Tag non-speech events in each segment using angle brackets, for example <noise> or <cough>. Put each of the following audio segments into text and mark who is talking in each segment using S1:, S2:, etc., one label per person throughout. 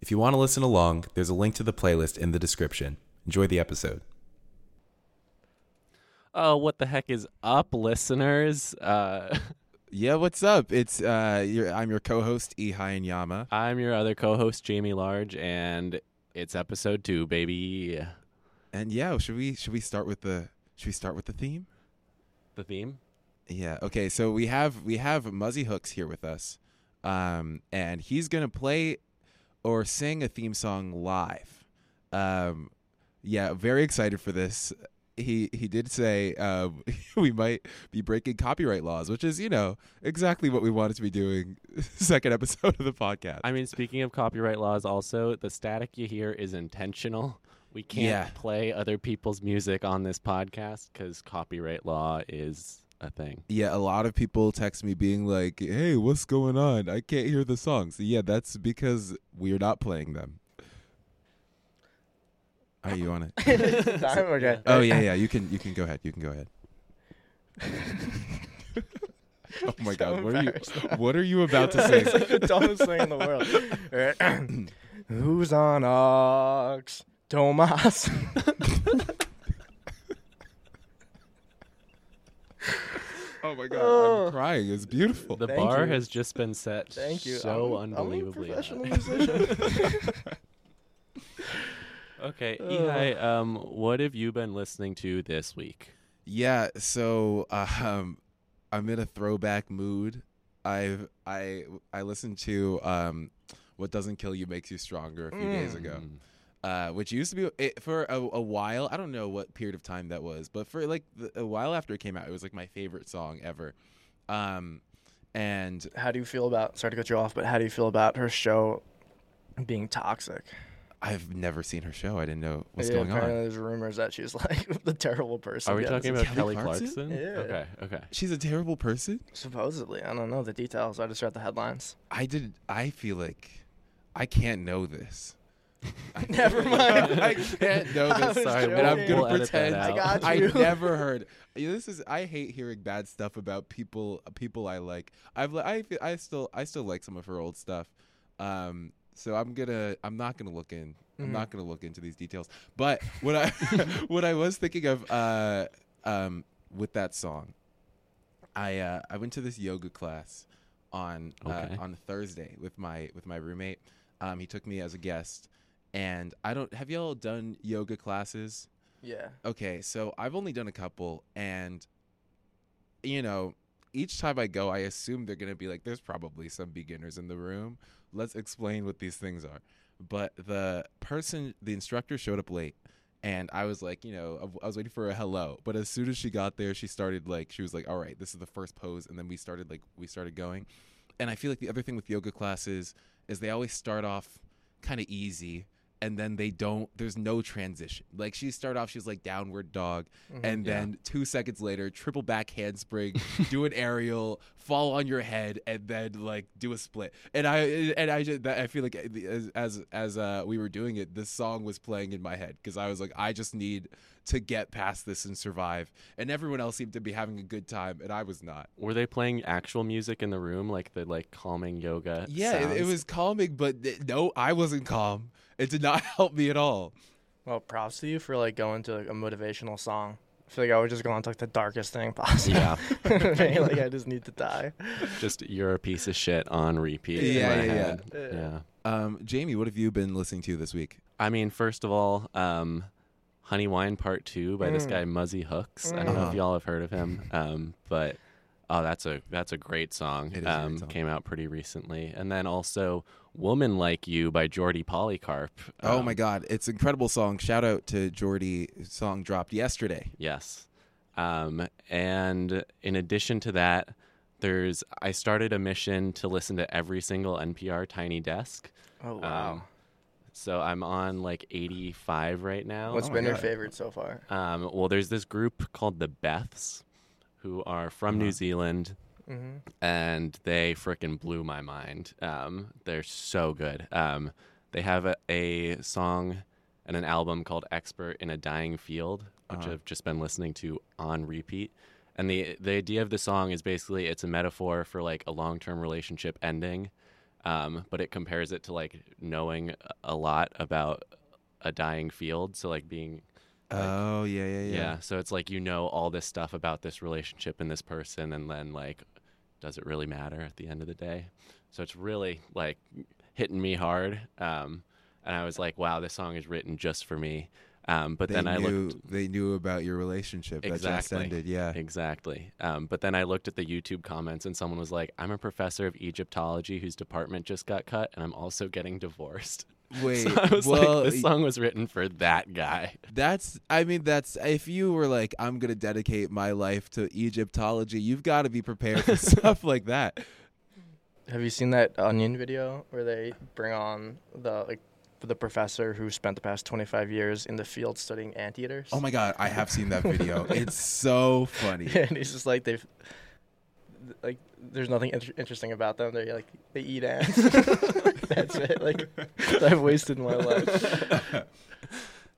S1: If you want to listen along, there's a link to the playlist in the description. Enjoy the episode.
S2: Oh, what the heck is up, listeners? Uh, <laughs>
S3: Yeah, what's up? It's uh, your, I'm your co-host Ihayan Yama.
S2: I'm your other co-host, Jamie Large, and it's episode two, baby.
S3: and yeah, should we should we start with the should we start with the theme?
S2: The theme?
S3: Yeah. Okay. So we have we have Muzzy Hooks here with us, um, and he's gonna play or sing a theme song live. Um, yeah, very excited for this. He he did say um, <laughs> we might be breaking copyright laws, which is you know exactly what we wanted to be doing. <laughs> Second episode of the podcast.
S2: I mean, speaking of copyright laws, also the static you hear is intentional. We can't
S3: Yeah.
S2: play other people's music on this podcast because copyright law is a thing.
S3: yeah, a lot of people text me being like, "Hey, what's going on? I can't hear the songs." Yeah, that's because we're not playing them. Are you on <laughs> it?
S4: <laughs> Time or just-
S3: Oh yeah, yeah. You can you can go ahead. You can go <laughs> ahead. oh my
S4: so
S3: god, what are you
S4: embarrassed.
S3: what are you about to <laughs>
S4: <laughs> It's like
S3: say?
S4: the dumbest thing in the world. Alright. <clears throat> Who's on ox? Tomas.
S3: oh my god, I'm crying. It's beautiful.
S2: The
S4: Thank
S2: bar
S4: you.
S2: has just been set
S4: <laughs> <laughs> Thank you.
S2: so
S4: I'm,
S2: unbelievably
S4: I'm a
S2: high.
S4: professional
S3: <laughs>
S4: musician. <laughs>
S2: Okay, Ihai, um, what have you been listening to this week?
S3: Yeah, so um, I'm in a throwback mood. I've I I listened to um, "What Doesn't Kill You Makes You Stronger" a few days ago,
S2: Mm.
S3: uh, which used to be it, for a, a while. I don't know what period of time that was, but for like the, a while after it came out, it was like my favorite song ever. Um, and
S4: how do you feel about? Sorry to cut you off, but how do you feel about her show being toxic?
S3: I've never seen her show. I didn't know what's
S4: Yeah,
S3: going
S4: apparently
S3: on.
S4: There's rumors that she's <laughs> like the terrible person.
S2: Are we
S4: Yeah,
S2: talking
S4: this
S2: about
S4: is-
S2: Kelly
S3: Kelly
S2: Clarkson?
S3: Clarkson?
S4: Yeah.
S2: Okay, okay.
S3: She's a terrible person.
S4: supposedly? I don't know the details. I just read
S3: <laughs>
S4: the headlines. <laughs>
S3: I did. I feel like I can't know
S4: <laughs>
S3: this.
S4: Never
S3: <laughs>
S4: mind.
S3: I can't know
S4: <laughs> I
S3: this.
S4: was
S3: Sorry,
S4: joking.
S3: but I'm gonna
S4: We'll
S2: edit that
S3: pretend
S2: out. I
S3: <laughs>
S4: got
S3: I
S4: you. <laughs>
S3: never heard. This is. I hate hearing bad stuff about people. People I like. I've. li- I. feel- I still. I still like some of her old stuff. Um. So I'm gonna. I'm not gonna look in. I'm
S4: Mhm.
S3: not gonna look into these details. But what I. <laughs> what I was thinking of. Uh. Um. With that song. I. Uh, I went to this yoga class. On
S2: Okay.
S3: uh, on Thursday with my with my roommate, um, he took me as a guest, and I don't have y'all done yoga classes.
S4: Yeah.
S3: Okay, so I've only done a couple, and you know, each time I go, I assume they're gonna be like, "There's probably some beginners in the room. Let's explain what these things are." But the person, the instructor, showed up late, and I was like, you know, I was waiting for a hello. But as soon as she got there, she started like, she was like, "All right, this is the first pose," and then we started like, we started going. And I feel like the other thing with yoga classes is they always start off kind of easy and then they don't there's no transition like she started off she was like downward dog and
S2: Yeah.
S3: then two seconds later triple back handspring do an aerial fall on your head and then like do a split and i and i just that, i feel like as as as uh, we were doing it this song was playing in my head because i was like i just need to get past this and survive and everyone else seemed to be having a good time and i was not
S2: Were they playing actual music in the room, like the like calming yoga?
S3: yeah it, it
S2: sounds?
S3: was calming but th- no i wasn't calm it did not <laughs> help me at all
S4: Well, props to you for like going to like, a motivational song. I feel like I would just go on to like the darkest thing possible.
S2: Yeah.
S4: Right? <laughs> like I just need to die.
S2: <laughs> just you're a piece of shit on repeat. in
S3: Yeah,
S2: my
S3: yeah, yeah.
S2: head. yeah,
S3: Um, Jamie, what have you been listening to this week?
S2: I mean, first of all, um, Honey Wine Part Two by this
S4: Mm.
S2: guy Muzzy Hooks. I don't know if
S3: Mm.
S2: y'all have heard of him, um, but oh, that's a that's a great song.
S3: It is a great
S2: um,
S3: song.
S2: Came out pretty recently, and then also Woman Like You by Jordy Polycarp.
S3: oh
S2: um,
S3: my God, it's an incredible song! Shout out to Jordy. Song dropped yesterday.
S2: Yes. Um, and in addition to that, there's I started a mission to listen to every single NPR Tiny Desk.
S4: Oh
S2: Um, so I'm on like 85 right now.
S4: What's
S3: oh my
S4: been your
S3: God.
S4: favorite so far?
S2: um, well, there's this group called the Beths, who are from New Zealand,
S4: Mm-hmm.
S2: and they frickin' blew my mind. Um, they're so good. Um, they have a, a song and an album called "Expert in a Dying Field," which
S3: Uh-huh.
S2: I've just been listening to on repeat. And the the idea of the song is basically it's a metaphor for like a long term relationship ending, um, but it compares it to like knowing a lot about a dying field. So like being
S3: oh yeah, yeah,
S2: yeah.
S3: yeah.
S2: So it's like you know all this stuff about this relationship and this person, and then like, does it really matter at the end of the day? So it's really like hitting me hard. Um, and I was like, wow, this song is written just for me. Um, but
S3: They
S2: then I
S3: knew
S2: looked
S3: they knew about your relationship that just
S2: Exactly.
S3: ended. Yeah.
S2: Exactly. Um, but then I looked at the YouTube comments and someone was like, I'm a professor of Egyptology whose department just got cut and I'm also getting divorced. <laughs>
S3: Wait.
S2: so I was
S3: well,
S2: like, this song was written for that guy.
S3: that's. I mean, that's. If you were like, I'm gonna dedicate my life to Egyptology, you've got to be prepared
S2: <laughs>
S3: for stuff like that.
S4: Have you seen that Onion video where they bring on the like the professor who spent the past 25 years in the field studying anteaters?
S3: Oh my god, I have seen that
S2: <laughs>
S3: video. it's so funny.
S4: <laughs> and he's just like they've th- like there's nothing inter- interesting about them. They like they eat ants. <laughs> That's it. Like I've wasted
S3: <laughs>
S4: my life.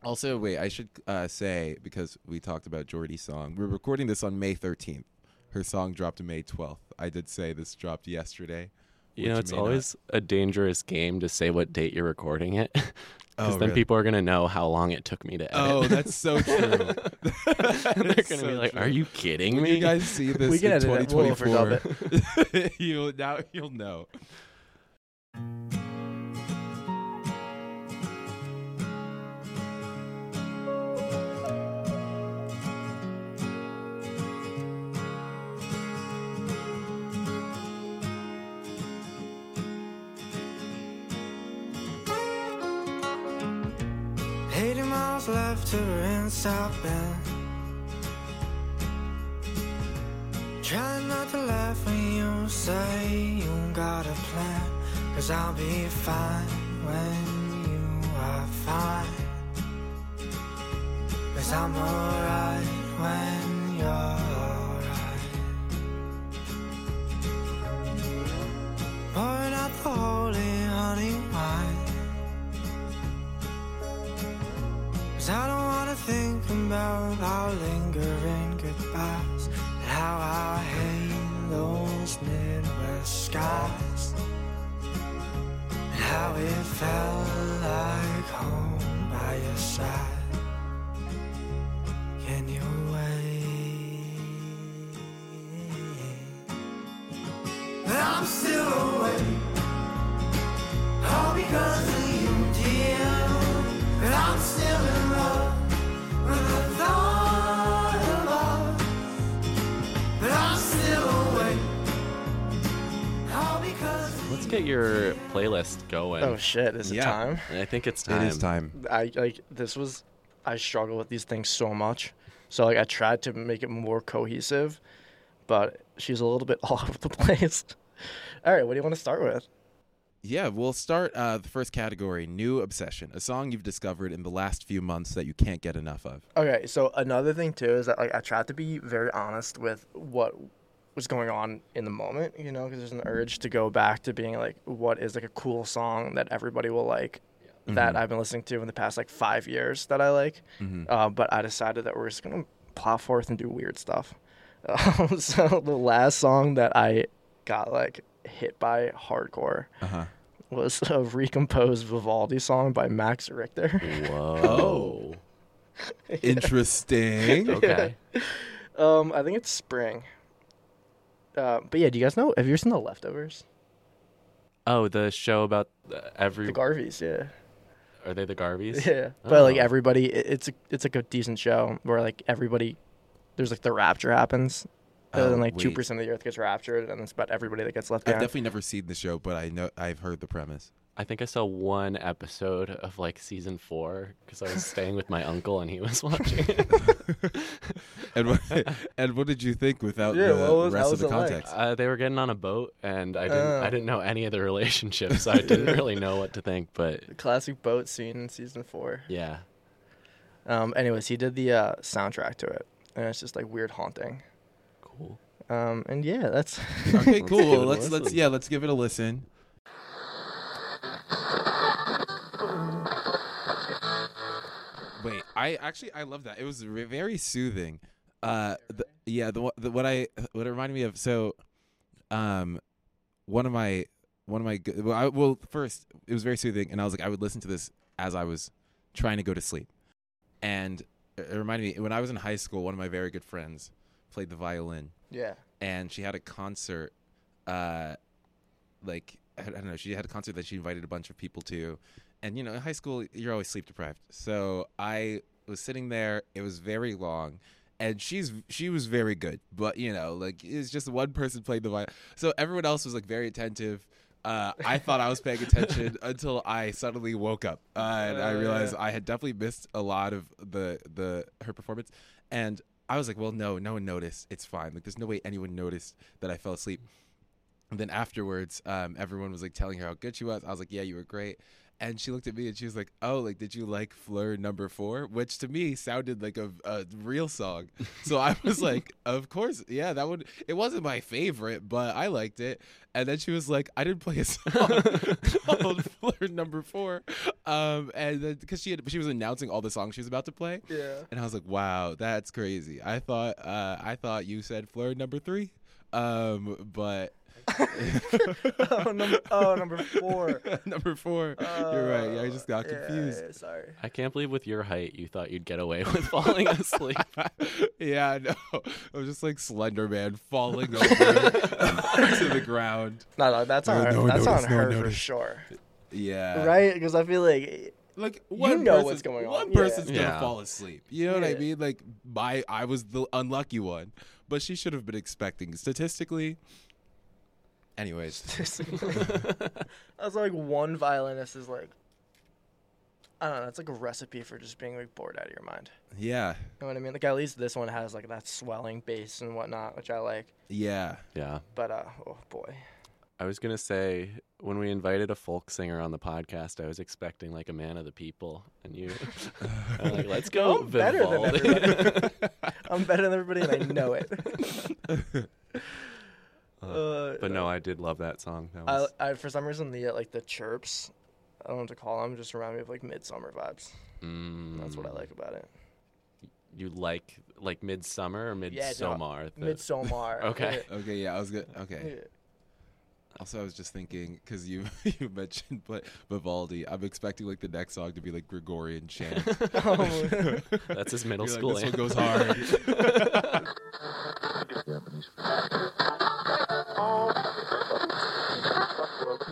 S3: Also, wait, I should uh, say because we talked about Jordy's song, we're recording this on May 13th. Her song dropped May 12th. I did say this dropped yesterday.
S2: You know,
S3: which
S2: it's
S3: may not-
S2: always a dangerous game to say what date you're recording it because
S3: Oh,
S2: then
S3: really?
S2: people are going to know how long it took me to edit.
S3: Oh, that's <laughs> so true.
S2: <laughs> and they're
S3: that's
S2: going to
S3: so
S2: be like,
S3: true.
S2: are you kidding me?
S3: you guys <laughs> see this
S4: we can
S3: in
S4: edit that. We'll
S3: 2024?
S4: overdub it.
S3: <laughs> you now you'll know.
S5: Eighty miles left to rinse out bend. Try not to laugh when you say you got a plan. Cause I'll be fine when you are fine. Cause I'm alright when you're alright. Pouring out the holy honey wine. Cause I don't wanna think about our lingering goodbyes and how I hate those Midwest skies and how it felt like home by your side. Can you wait? I'm still awake, all because of you, dear. And I'm still in love with the thought of love. But I'm still awake. All because
S2: <laughs>
S5: of
S2: Let's get your playlist going.
S4: Oh shit! Is it
S3: Yeah.
S4: time?
S2: I think it's
S3: It
S2: time.
S3: is time.
S4: I like this was I struggle with these things so much. So like I tried to make it more cohesive, but she's a little bit <laughs> all over the place. all right, what do you want to start with?
S3: Yeah, we'll start uh, the first category: new obsession, a song you've discovered in the last few months that you can't get enough of.
S4: Okay, so another thing too is that like I tried to be very honest with what was going on in the moment, you know, because there's an urge to go back to being like, what is like a cool song that everybody will like, that I've been listening to in the past like five years that I like. Uh, but I decided that we're just gonna plow forth and do weird stuff. <laughs> Um, so the last song that I got like hit by hardcore
S3: Uh-huh.
S4: was a recomposed Vivaldi song by Max Richter.
S2: Whoa.
S3: <laughs> Oh.
S4: <laughs>
S3: Interesting.
S2: Okay.
S4: Um, I think it's spring. Uh, but yeah, do you guys know? Have you ever seen The Leftovers?
S2: Oh, the show about uh, every
S4: The Garveys, yeah,
S2: are they the Garveys?
S4: <laughs> yeah. But like
S2: Oh.
S4: everybody, it- it's a, it's like a decent show where like everybody, there's like the rapture happens, and
S3: Oh,
S4: then like
S3: wait.
S4: two percent of the earth gets raptured, and it's about everybody that gets left
S3: I've
S4: behind.
S3: definitely never seen the show, but I know I've heard the premise.
S2: I think I saw one episode of like season four because I was
S4: <laughs>
S2: staying with my uncle and he was <laughs> watching it.
S3: And <laughs> what, and what did you think without
S4: Yeah,
S3: the
S4: what was-
S3: rest
S4: how
S3: of the
S4: was it like?
S3: context?
S2: Uh, they were getting on a boat and I didn't
S4: Oh.
S2: I didn't know any of the relationships, so I
S4: <laughs>
S2: didn't really know what to think. But
S4: the classic boat scene in season four.
S2: yeah,
S4: Um, anyways, he did the uh, soundtrack to it, and it's just like weird haunting.
S2: cool.
S4: Um, and yeah, that's <laughs>
S3: Okay,
S2: give it
S3: cool.
S2: a
S3: Let's let's
S2: listen.
S3: yeah, let's give it a listen. Wait, I actually I love that. It was re- very soothing. Uh, the, yeah, the, wha- the what I what it reminded me of. So, um, one of my one of my good. Well, I, well, first it was very soothing, and I was like, I would listen to this as I was trying to go to sleep, and it it reminded me when I was in high school. One of my very good friends played the violin,
S4: Yeah.
S3: and she had a concert uh like I don't know she had a concert that she invited a bunch of people to and you know in high school you're always sleep deprived so I was sitting there it was very long and she's she was very good but you know like it's just one person played the violin so everyone else was like very attentive uh, I thought I was paying attention until I suddenly woke up uh, and I
S4: Uh,
S3: realized
S4: yeah.
S3: I had definitely missed a lot of the the her performance and I was like, well, no, no one noticed. It's fine. Like, there's no way anyone noticed that I fell asleep. And then afterwards, um, everyone was like telling her how good she was. I was like, yeah, you were great. And she looked at me and she was like, oh, like, did you like Fleur number four? Which to me sounded like a, a real song. So I was like, of course. Yeah, that would, it wasn't my favorite, but I liked it. And then she was like, I didn't play a <laughs> song called Fleur number four. Um, and then, cause she had, she was announcing all the songs she was about to play.
S4: Yeah.
S3: And I was like, "Wow, that's crazy." I thought uh, I thought you said Fleur number three, um, but
S4: <laughs> <laughs> oh,
S3: <laughs>
S4: number, oh, number four.
S3: number four. you're right. Yeah, I just got
S4: Oh, yeah,
S3: confused.
S4: yeah, sorry.
S2: I can't believe with your height you thought you'd get away <laughs> with falling
S4: <laughs>
S2: asleep.
S3: <laughs>
S2: <laughs>
S3: yeah, I know. I was just like Slender Man falling over <laughs> to the ground.
S4: No, no, uh, that's
S3: No,
S4: on her.
S3: no one
S4: that's on
S3: noticed, no one
S4: her for
S3: noticed.
S4: sure.
S2: Uh,
S3: Yeah,
S4: right? Because I feel like <laughs>
S3: Like one
S4: know
S3: person-
S4: what's going on.
S3: One
S4: Yeah.
S3: person's gonna
S2: Yeah.
S3: fall asleep. You know what I
S4: Yeah.
S3: mean? Like my, I was the unlucky one, but she should have been expecting statistically. Anyways,
S2: <laughs>
S4: that's like one violinist is like. I don't know. It's like a recipe for just being like bored out of your mind.
S3: yeah,
S4: You know what I mean? Like at least this one has like that swelling bass and whatnot, which I like.
S3: yeah.
S2: yeah.
S4: But uh, oh boy,
S2: I was gonna say when we invited a folk singer on the podcast, I was expecting like a man of the people, and you, I'm like, let's go.
S4: I'm Oh, better than
S2: Vivaldi."
S4: everybody. I'm better than everybody, and I know it. Uh,
S2: <laughs> but no, I did love that song. That
S4: I,
S2: was,
S4: I for some reason the uh, like the chirps, I don't know what to call them. Just remind me of like midsummer vibes.
S2: Mm.
S4: That's what I like about it.
S2: You like like midsummer or
S4: Yeah, no,
S2: midsomar? the-
S4: Midsommar.
S2: <laughs> Okay.
S3: Okay, yeah, I was good. Okay.
S4: Yeah.
S3: Also, I was just thinking because you <laughs> you mentioned but Vivaldi. I'm expecting like the next song to be like Gregorian chant.
S4: Oh,
S2: That's
S4: <laughs>
S2: his <laughs> middle
S3: Be like,
S2: school.
S3: this one
S2: anthem." <laughs>
S3: goes hard.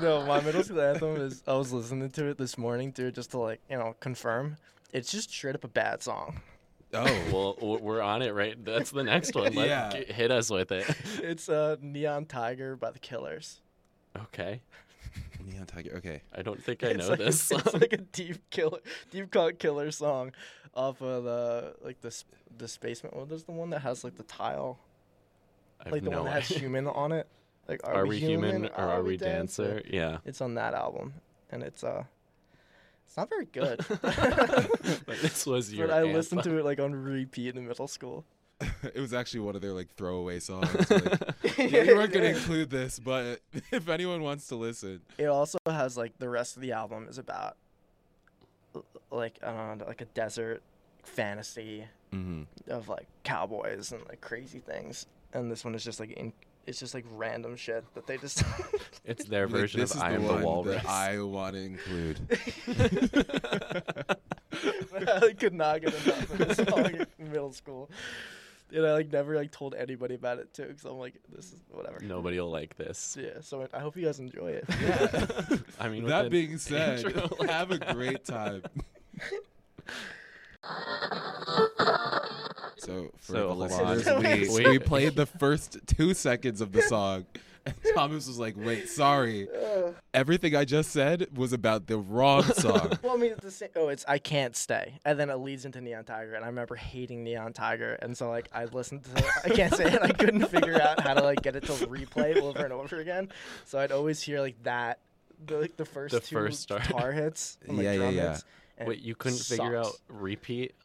S4: no, my middle school anthem is. I was listening to it this morning, dude, just to like you know confirm. It's just straight up a bad song.
S3: oh,
S2: well, w- we're on it, right? That's the next one. Let,
S3: Yeah.
S2: g- hit us with
S4: <laughs>
S2: it.
S4: It's uh, Neon Tiger by the Killers.
S2: Okay.
S3: Neon Tiger. Okay, <laughs>
S2: I don't think I
S4: it's
S2: know
S4: like,
S2: this song.
S4: <laughs> It's like a deep killer, deep cut killer song, off of the like the s- the basement. Well, there's the one that has like the tile,
S2: I have
S4: like the
S2: no
S4: one that has
S2: idea.
S4: human on it. Like, are,
S2: Are, we human, or
S4: Are, we
S2: dancer? Yeah. <laughs>
S4: It's on that album, and it's uh, it's not very good.
S2: <laughs>
S4: <laughs>
S2: But this was your
S4: but I
S2: anthem.
S4: listened to it like on repeat in middle school.
S3: it was actually one of their like throwaway songs. like, <laughs>
S2: <laughs>
S3: yeah, we weren't gonna include this, but <laughs> if anyone wants to listen,
S4: It also has like the rest of the album is about l- like I don't know, like a desert fantasy
S2: Mm-hmm.
S4: of like cowboys and like crazy things, and this one is just like in. It's just like random shit that they just. <laughs>
S2: It's their
S3: like,
S2: version
S3: this
S2: of
S3: is
S2: I Am
S3: the,
S2: the
S3: one
S2: Walrus.
S3: that I want to
S2: <laughs>
S3: include.
S4: I could not get enough of this song
S3: <laughs>
S4: in middle school, and I like never like told anybody about it too, because I'm like, this is whatever.
S2: Nobody will like this.
S4: Yeah, so I hope you guys enjoy it.
S2: I mean, with
S3: that <laughs>
S2: the
S3: being said,
S2: intro, like-
S3: have a <laughs> great time. So for
S2: So,
S3: the
S2: hold
S3: listeners,
S2: on.
S3: we,
S2: Wait.
S3: we played the first two seconds of the <laughs> song, and Thomas was like, "Wait, sorry, everything I just said was about the wrong <laughs> song."
S4: Well, I mean, it's the same. Oh, it's I can't stay, and then it leads into Neon Tiger, and I remember hating Neon Tiger, and so like I listened to I can't say it, I couldn't figure out how to like get it to replay over and over again, so I'd always hear like that, the like, the first
S2: The
S4: two
S2: first start.
S3: <laughs>
S4: guitar hits, and, like,
S3: Yeah, yeah,
S4: drum
S3: yeah.
S4: hits, and
S2: Wait,
S4: it
S2: you couldn't figure out
S4: sucks.
S2: repeat? <laughs>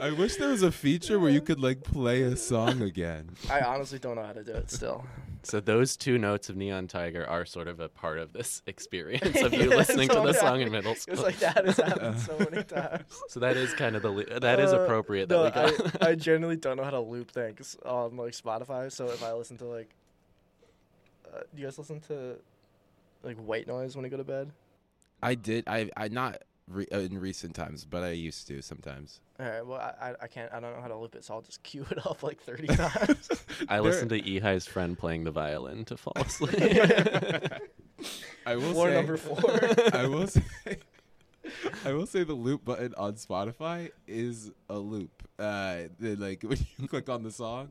S3: I wish there was a feature where you could like play a song again.
S4: I honestly don't know how to do it still.
S2: so those two notes of Neon Tiger are sort of a part of this experience of you
S4: Yeah,
S2: listening
S4: so
S2: to the
S4: bad.
S2: song in middle
S4: It was
S2: school.
S4: like that has happened
S3: <laughs>
S4: so many times.
S2: <laughs> so that is kind of the le- that is
S4: Uh,
S2: appropriate
S4: no,
S2: that <laughs> we got.
S4: I, I generally don't know how to loop things on like Spotify, so if I listen to like uh, do you guys listen to like white noise when you go to bed?
S3: I did. I I not re- uh, in recent times, but I used to <laughs> sometimes.
S4: All right. Well, I, I- I can't. I don't know how to loop it, so I'll just cue it <laughs> up
S2: <laughs>
S4: like 30 times.
S2: I
S3: There-
S2: listened to Ehai's friend playing the violin to fall asleep.
S3: I will
S4: Floor
S3: say,
S4: number
S3: <laughs>
S4: four.
S3: I will say, I will say the loop button on Spotify is a loop. Uh, the- like <laughs> when you click on the song,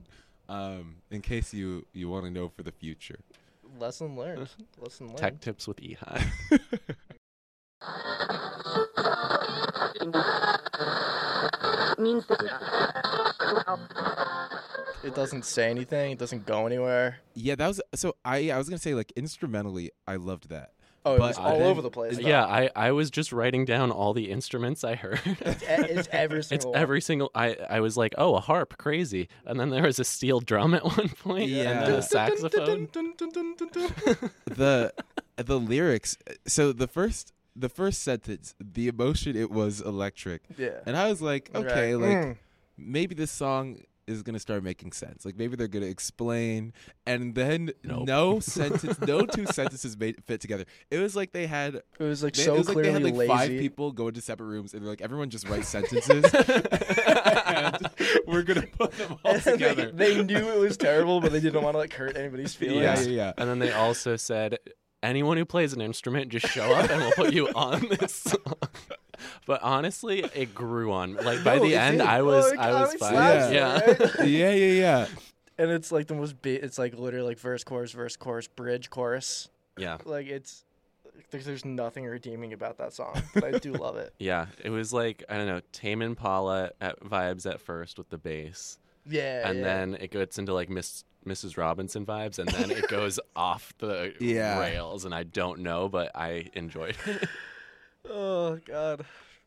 S3: um, in case you you want to know for the future.
S4: Lesson learned. Lesson learned.
S2: Tech tips with Ehai.
S4: <laughs> It doesn't say anything. It doesn't go anywhere.
S3: Yeah, that was so. I I was gonna say like instrumentally, I loved that.
S4: Oh, it
S3: But
S4: was
S3: I
S4: all
S3: didn't-
S4: over
S2: <laughs>
S4: the place. though.
S2: Yeah, I, I was just writing down all the instruments I
S4: <laughs>
S2: heard. <laughs>
S4: It's, <laughs> e- it's every
S2: It's
S4: single. one.
S2: every single. I, I was like, oh, a harp, crazy. And then there was a steel drum at <laughs> one point, and then
S3: Yeah.
S4: <laughs>
S2: a uh, saxophone.
S3: the the lyrics. So the first the first sentence, the emotion it was electric,
S4: Yeah.
S3: and I was like, okay,
S4: Right.
S3: like
S4: Mm.
S3: maybe this song is gonna start making sense. Like maybe they're gonna explain, and then
S2: Nope.
S3: no sentence, no two sentences made fit together. It was like they had
S4: it was like
S3: they,
S4: so
S3: it was like
S4: clearly
S3: they had like
S4: lazy.
S3: five people go into separate rooms, and they're like everyone just write sentences. and we're gonna put them
S4: <laughs>
S3: all
S4: And they,
S3: together.
S4: they knew it was terrible, but they didn't want to like hurt anybody's feelings.
S3: yeah, yeah, yeah.
S2: And then they also said, anyone who plays an instrument, just show up and we'll put
S4: <laughs>
S2: you on this song. <laughs> But honestly, it grew on. me. Like by
S4: No,
S2: the
S4: it
S2: end,
S4: did.
S2: I was
S4: Oh, it
S2: I was
S4: kinda
S2: fine. <laughs>
S4: slaps
S2: yeah.
S4: it, right?
S3: yeah, yeah, yeah.
S4: and it's like the most. Ba- it's like literally like verse, chorus, verse, chorus, bridge, chorus.
S2: yeah.
S4: Like it's. There's, there's nothing redeeming about that song, but I do love
S3: <laughs>
S4: it.
S2: Yeah, it was like I don't know, Tame Impala at vibes at first with the bass,
S4: Yeah.
S2: and
S4: yeah.
S2: then it gets into like Miss Mrs. Robinson vibes, and then
S4: <laughs>
S2: it goes off the
S3: Yeah.
S2: rails. And I don't know, but I enjoyed
S4: <laughs>
S2: it. <laughs>
S4: Oh God.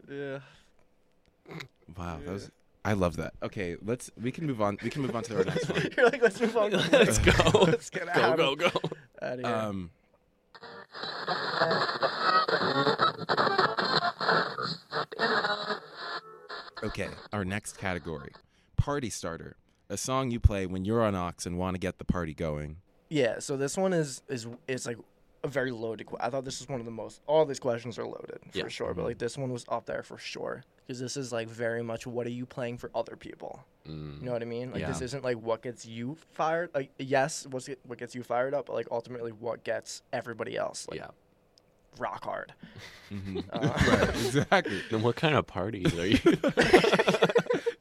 S4: Yeah. <laughs>
S3: Wow, that was. I love that. Okay, let's. We can move on. We can move on to our next one.
S4: You're like, let's move on.
S2: Let's go.
S4: <laughs> Let's get
S2: go
S4: out.
S2: go go.
S4: Out of here.
S3: Um, okay, our next category party starter. A song you play when you're on Ox and want to get the party going. <laughs>
S4: Yeah, so this one is is is like a very loaded. que- I thought this was one of the most. All these questions are loaded for
S2: Yeah. Mm-hmm.
S4: sure, but like this one was up there for sure because this is like very much what are you playing for other people?
S2: Mm,
S4: You know what I mean? Like this
S2: Yeah.
S4: isn't like what gets you fired. Like yes, what's get, what gets you fired up, but like ultimately what gets everybody else like
S2: Yeah. Mm-hmm. <laughs>
S4: rock hard. Uh,
S3: right, exactly.
S2: Then what kind of parties are
S4: <laughs>
S2: you?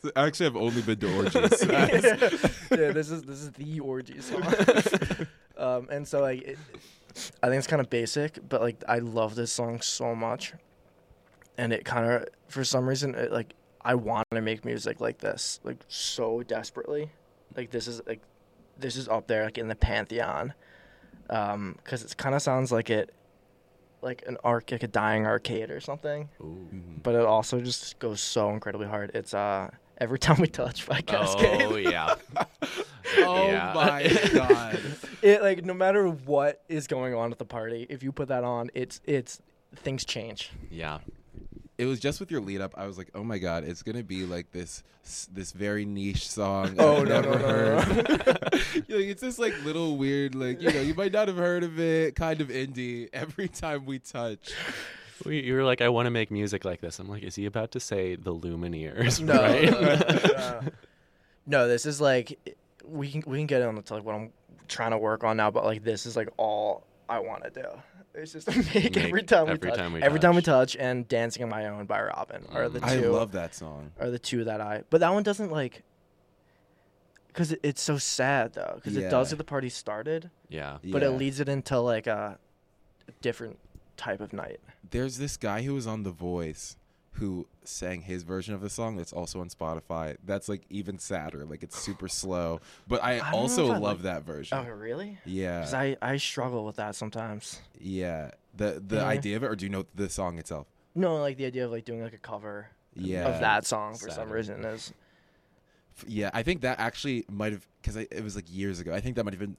S3: So Actually, I've only been to orgies.
S4: <laughs>
S3: <laughs>
S4: yeah, this is this is the orgy song. um, and so like, it, I think it's kind of basic, but like I love this song so much, and it kind of for some reason it, like I want to make music like this like so desperately, like this is like this is up there like in the pantheon, because it kind of sounds like it. Like an arc, like a dying arcade or something, but it also just goes so incredibly hard. It's uh, every time we touch by Cascade.
S2: oh yeah.
S3: oh
S2: Yeah.
S3: my god.
S4: it like no matter what is going on at the party, if you put that on, it's it's things
S3: <laughs>
S4: change. <laughs>
S2: Yeah.
S3: It was just with your lead up. I was like, oh my god, it's gonna be like this, this very niche song.
S4: Oh,
S3: I've
S4: no,
S3: never
S4: no, no, no, no.
S3: heard. Yeah, <laughs> like, it's this like little weird, like you know, you might not have heard of it, kind of indie. Every time we touch,
S2: <laughs> We- You were like, I want to make music like this. I'm like, is he about to say the Lumineers? <laughs>
S4: No,
S2: right?
S4: <laughs> no, no, this is like we can we can get into like what I'm trying to work on now, but like this is like all I want to do. It's just <laughs> make,
S2: Make
S4: every time we
S2: Every
S4: touch,
S2: Time We
S4: every time we
S2: Touch. Mm.
S4: touch, and "Dancing on My Own" by Robin are the two.
S3: I love that song.
S4: are the two that I. But that one doesn't like. Cause it, it's so sad though, because it does
S3: Yeah.
S4: get the party started,
S2: Yeah.
S4: but
S3: Yeah.
S4: it leads it into like a different type of night.
S3: There's this guy who was on The Voice who sang his version of the song that's also on Spotify. That's like even sadder. Like it's super slow, but I,
S4: don't know
S3: also
S4: if I
S3: love
S4: like-
S3: that version.
S4: Oh, really?
S3: Yeah,
S4: Because I, I struggle with that sometimes.
S3: yeah. The the
S4: Yeah.
S3: idea of it, or do you know the song itself?
S4: No, like the idea of like doing like a cover
S3: Yeah,
S4: of that song for some
S2: Sad.
S4: reason is.
S3: F- Yeah, I think that actually might have because it was like years ago. I think that might have been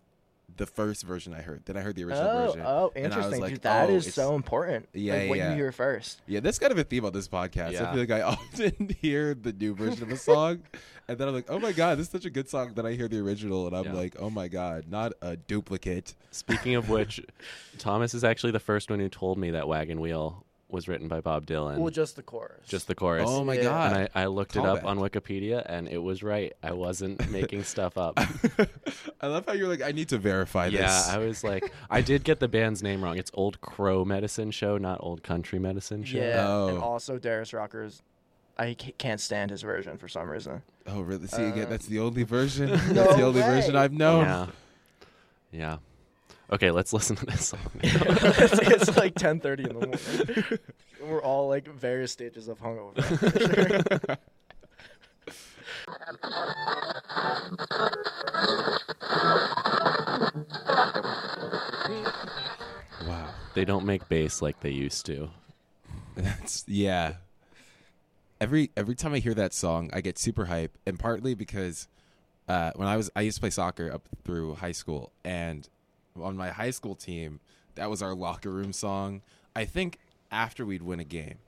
S3: the first version I heard. Then I heard the original
S4: Oh,
S3: version.
S4: oh,
S3: and I was
S4: interesting,
S3: like,
S4: dude. That
S3: oh,
S4: is
S3: it's-
S4: so important.
S3: Yeah,
S4: like, what
S3: yeah.
S4: you hear first.
S3: Yeah, that's kind of a theme on this podcast. I
S2: Yeah.
S3: feel like I <laughs> often hear the new version of a
S2: <laughs>
S3: song, and then I'm like, "Oh my god, this is such a good song." Then I hear the original, and I'm
S2: Yeah.
S3: like, "Oh my god, not a duplicate."
S2: Speaking of which, Thomas is actually the first one who told me that Wagon Wheel was written by Bob Dylan.
S4: Well, just the chorus.
S2: just the chorus.
S3: Oh my
S4: Yeah.
S3: god!
S2: and I, I looked it
S3: Callback.
S2: up on Wikipedia, and it was right. I wasn't making stuff up.
S3: <laughs> I love how you're like, I need to verify
S2: yeah,
S3: this.
S2: I was like, I did get the band's name wrong. It's Old Crow Medicine Show, not Old Country Medicine Show.
S4: Yeah,
S3: Oh.
S4: and also Darius Rucker's. I ca- can't stand his version for some
S3: <laughs>
S4: reason. <laughs>
S3: oh, really? See again?
S4: Uh,
S3: That's the only version.
S4: no
S3: that's the only
S4: way.
S3: version I've known.
S2: Yeah. Yeah. Okay, let's listen to this song.
S4: it's, it's like 10:30 in the morning.
S3: <laughs>
S4: We're all like various stages of hungover.
S3: Wow.
S2: they don't make bass like they used to.
S3: That's yeah. Every every time I hear that song, I get super hype, and partly because uh, when I was I used to play soccer up through high school, and on my high school team, that was our locker room song. I think after we'd win a game,